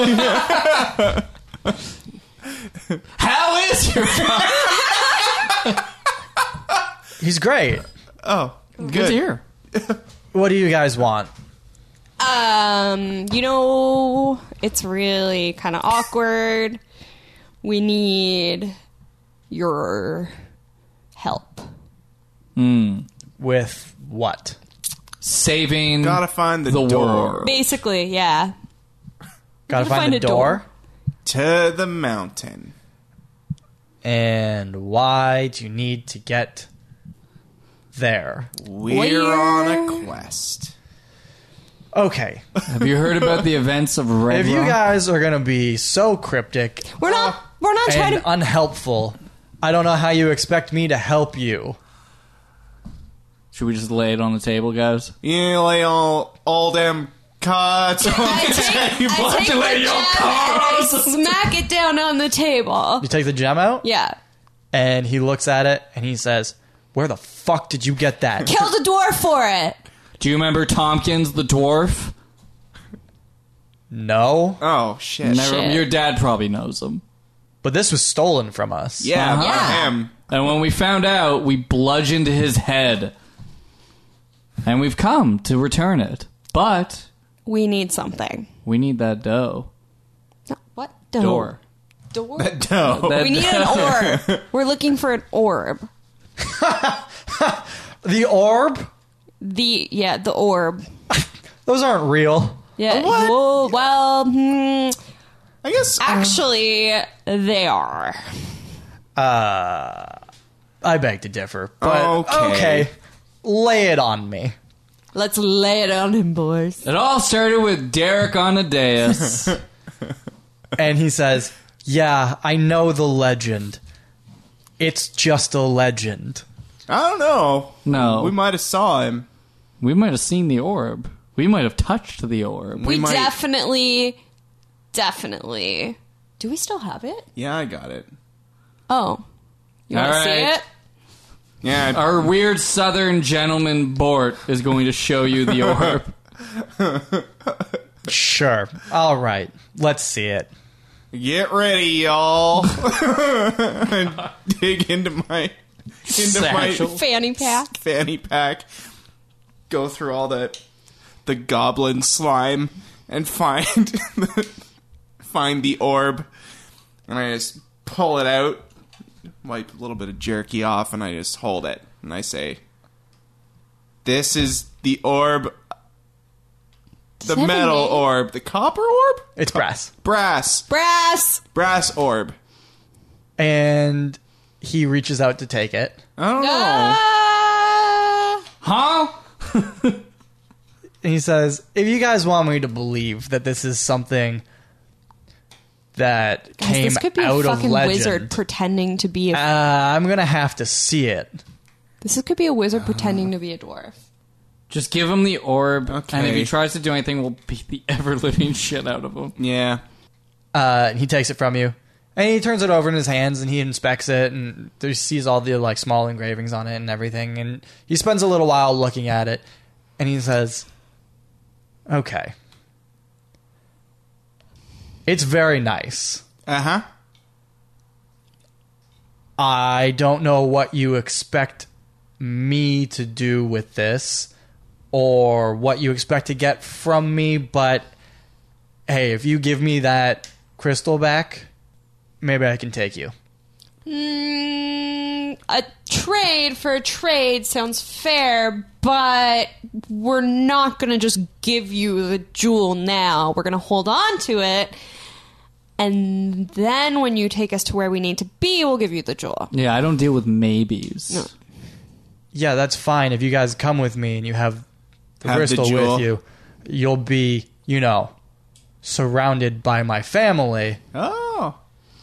Speaker 2: How is your
Speaker 1: He's great.
Speaker 3: Oh, good.
Speaker 2: Good to hear.
Speaker 1: What do you guys want?
Speaker 4: Um, you know, it's really kind of awkward. We need your help.
Speaker 1: With what?
Speaker 2: Saving
Speaker 3: Gotta find the,
Speaker 2: the
Speaker 3: door
Speaker 2: world.
Speaker 4: Basically, yeah.
Speaker 1: Gotta
Speaker 4: Gotta
Speaker 1: find,
Speaker 4: find
Speaker 1: the
Speaker 4: a door.
Speaker 1: door.
Speaker 3: to the mountain.
Speaker 1: And why do you need to get there?
Speaker 3: We're
Speaker 4: We're-
Speaker 3: on a quest.
Speaker 1: Okay.
Speaker 2: Have you heard about the events of Red
Speaker 1: If you
Speaker 2: Rock?
Speaker 1: guys are gonna be so cryptic
Speaker 4: We're not. We're not trying
Speaker 1: Uh, and
Speaker 4: to.
Speaker 1: unhelpful, I don't know how you expect me to help you.
Speaker 2: Should we just lay it on the table, guys?
Speaker 3: You need to lay all all them cards on
Speaker 4: I
Speaker 3: the
Speaker 4: take,
Speaker 3: table.
Speaker 4: I take the
Speaker 2: Lay your
Speaker 4: gem and I smack it down on the table.
Speaker 1: You take the gem out,
Speaker 4: Yeah.
Speaker 1: and he looks at it, and he says, "Where the fuck did you get that?"
Speaker 4: Kill the dwarf for it.
Speaker 2: Do you remember Tompkins the dwarf?
Speaker 1: no,
Speaker 3: Oh shit!
Speaker 2: Never,
Speaker 4: Shit.
Speaker 2: your dad probably knows him.
Speaker 1: but this was stolen from us.
Speaker 3: Yeah,
Speaker 2: Uh-huh.
Speaker 3: by
Speaker 4: Yeah.
Speaker 3: him.
Speaker 2: And when we found out, we bludgeoned his head. And we've come to return it. But
Speaker 4: We need something.
Speaker 2: we need that dough.
Speaker 4: No, what Door.
Speaker 2: Door.
Speaker 4: Door.
Speaker 3: No.
Speaker 2: That
Speaker 4: We need an orb. We're looking for an orb.
Speaker 1: The orb?
Speaker 4: The yeah, the orb.
Speaker 1: Those aren't real.
Speaker 4: Yeah.
Speaker 3: What?
Speaker 4: Whoa, well, hmm,
Speaker 3: I guess.
Speaker 4: actually, they are.
Speaker 1: I beg to differ. But
Speaker 3: Okay.
Speaker 1: okay. Lay it on me.
Speaker 4: Let's lay it on him, boys.
Speaker 2: It all started with Derek on a dais.
Speaker 1: And he says, "Yeah, I know the legend. It's just a legend."
Speaker 3: I don't know.
Speaker 2: No.
Speaker 3: we might have saw him.
Speaker 2: we might have seen the orb. We might have touched the orb.
Speaker 4: We,
Speaker 3: might-
Speaker 4: definitely, definitely. Do we still have it?
Speaker 3: Yeah, I got it.
Speaker 4: Oh, you want
Speaker 2: All
Speaker 4: to see
Speaker 2: right.
Speaker 4: it?
Speaker 3: Yeah, I-
Speaker 2: Our weird southern gentleman Bort is going to show you the orb.
Speaker 1: Sure. All right. Let's see it.
Speaker 3: get ready, y'all. Dig into my into
Speaker 2: Satchel.
Speaker 3: my
Speaker 4: Fanny pack.
Speaker 3: fanny pack. Go through all the the goblin slime and find the, find the orb. And I just pull it out, wipe a little bit of jerky off, and I just hold it and I say, "This is the orb." The
Speaker 4: that have a
Speaker 3: metal
Speaker 4: name?
Speaker 3: orb, the copper orb,
Speaker 1: It's brass.
Speaker 3: brass,
Speaker 4: Brass.
Speaker 3: brass orb.
Speaker 1: And he reaches out to take it.
Speaker 3: I don't know.
Speaker 4: Ah.
Speaker 2: Huh?
Speaker 1: And he says, "If you guys want me to believe that this is something that
Speaker 4: Guys,
Speaker 1: came
Speaker 4: this could be
Speaker 1: out
Speaker 4: a fucking
Speaker 1: of legend,
Speaker 4: wizard pretending to be. A,
Speaker 1: uh, I'm going to have to see it."
Speaker 4: this could be a wizard pretending to be a dwarf.
Speaker 2: Just give him the orb, and
Speaker 3: Okay.
Speaker 2: if he tries to do anything, we'll beat the ever living shit out of him.
Speaker 3: Yeah.
Speaker 1: uh, and he takes it from you. And he turns it over in his hands and he inspects it and he sees all the like small engravings on it and everything. And he spends a little while looking at it and he says, Okay. It's very nice.
Speaker 3: Uh huh.
Speaker 1: I don't know what you expect me to do with this or what you expect to get from me, but hey, if you give me that crystal back, maybe I can take you.
Speaker 4: Mm, a trade for a trade sounds fair, but we're not going to just give you the jewel now. We're going to hold on to it. And then when you take us to where we need to be, we'll give you the jewel.
Speaker 2: Yeah, I don't deal with maybes.
Speaker 4: No.
Speaker 1: Yeah, that's fine. If you guys come with me and you have the
Speaker 3: Have the
Speaker 1: crystal
Speaker 3: jewel.
Speaker 1: with you, you'll be, you know, surrounded by my family.
Speaker 3: Oh.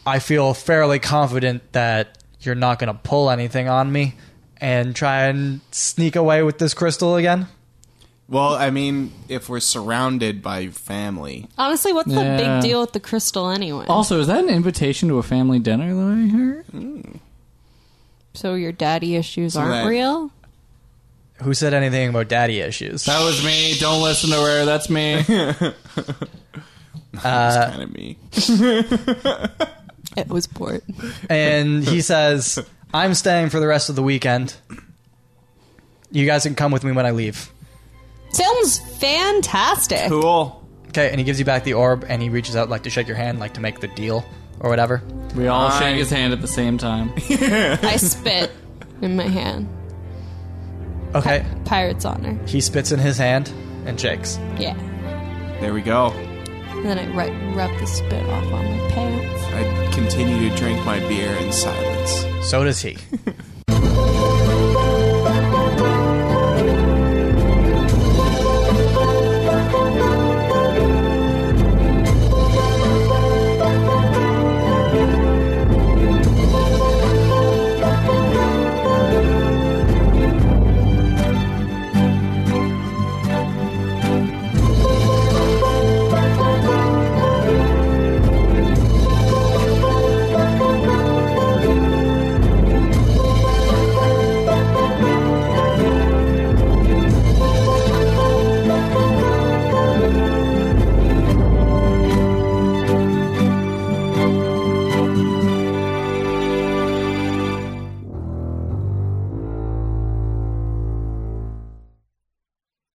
Speaker 1: I feel fairly confident that you're not going to pull anything on me and try and sneak away with this crystal again?
Speaker 3: Well, I mean, if we're surrounded by family,
Speaker 4: Honestly, what's the
Speaker 2: Yeah.
Speaker 4: big deal with the crystal anyway?
Speaker 2: Also, is that an invitation to a family dinner that I heard?
Speaker 4: so your daddy issues aren't
Speaker 3: that-
Speaker 4: real?
Speaker 1: Who said anything about daddy issues?
Speaker 2: That was me. Don't listen to her. That's me.
Speaker 1: Uh,
Speaker 3: that's kind of me.
Speaker 4: It was port.
Speaker 1: and he says, "I'm staying for the rest of the weekend. You guys can come with me when I leave."
Speaker 4: Sounds fantastic.
Speaker 3: Cool.
Speaker 1: Okay, and he gives you back the orb, and he reaches out like to shake your hand, like to make the deal or whatever.
Speaker 2: We all shake
Speaker 3: Nice.
Speaker 2: his hand at the same time.
Speaker 4: I spit in my hand.
Speaker 1: Okay,
Speaker 4: Pirate's honor.
Speaker 1: he spits in his hand and shakes.
Speaker 4: Yeah.
Speaker 3: There we go.
Speaker 4: And then I ru- rub the spit off on my pants.
Speaker 3: I continue to drink my beer in silence.
Speaker 1: So does he.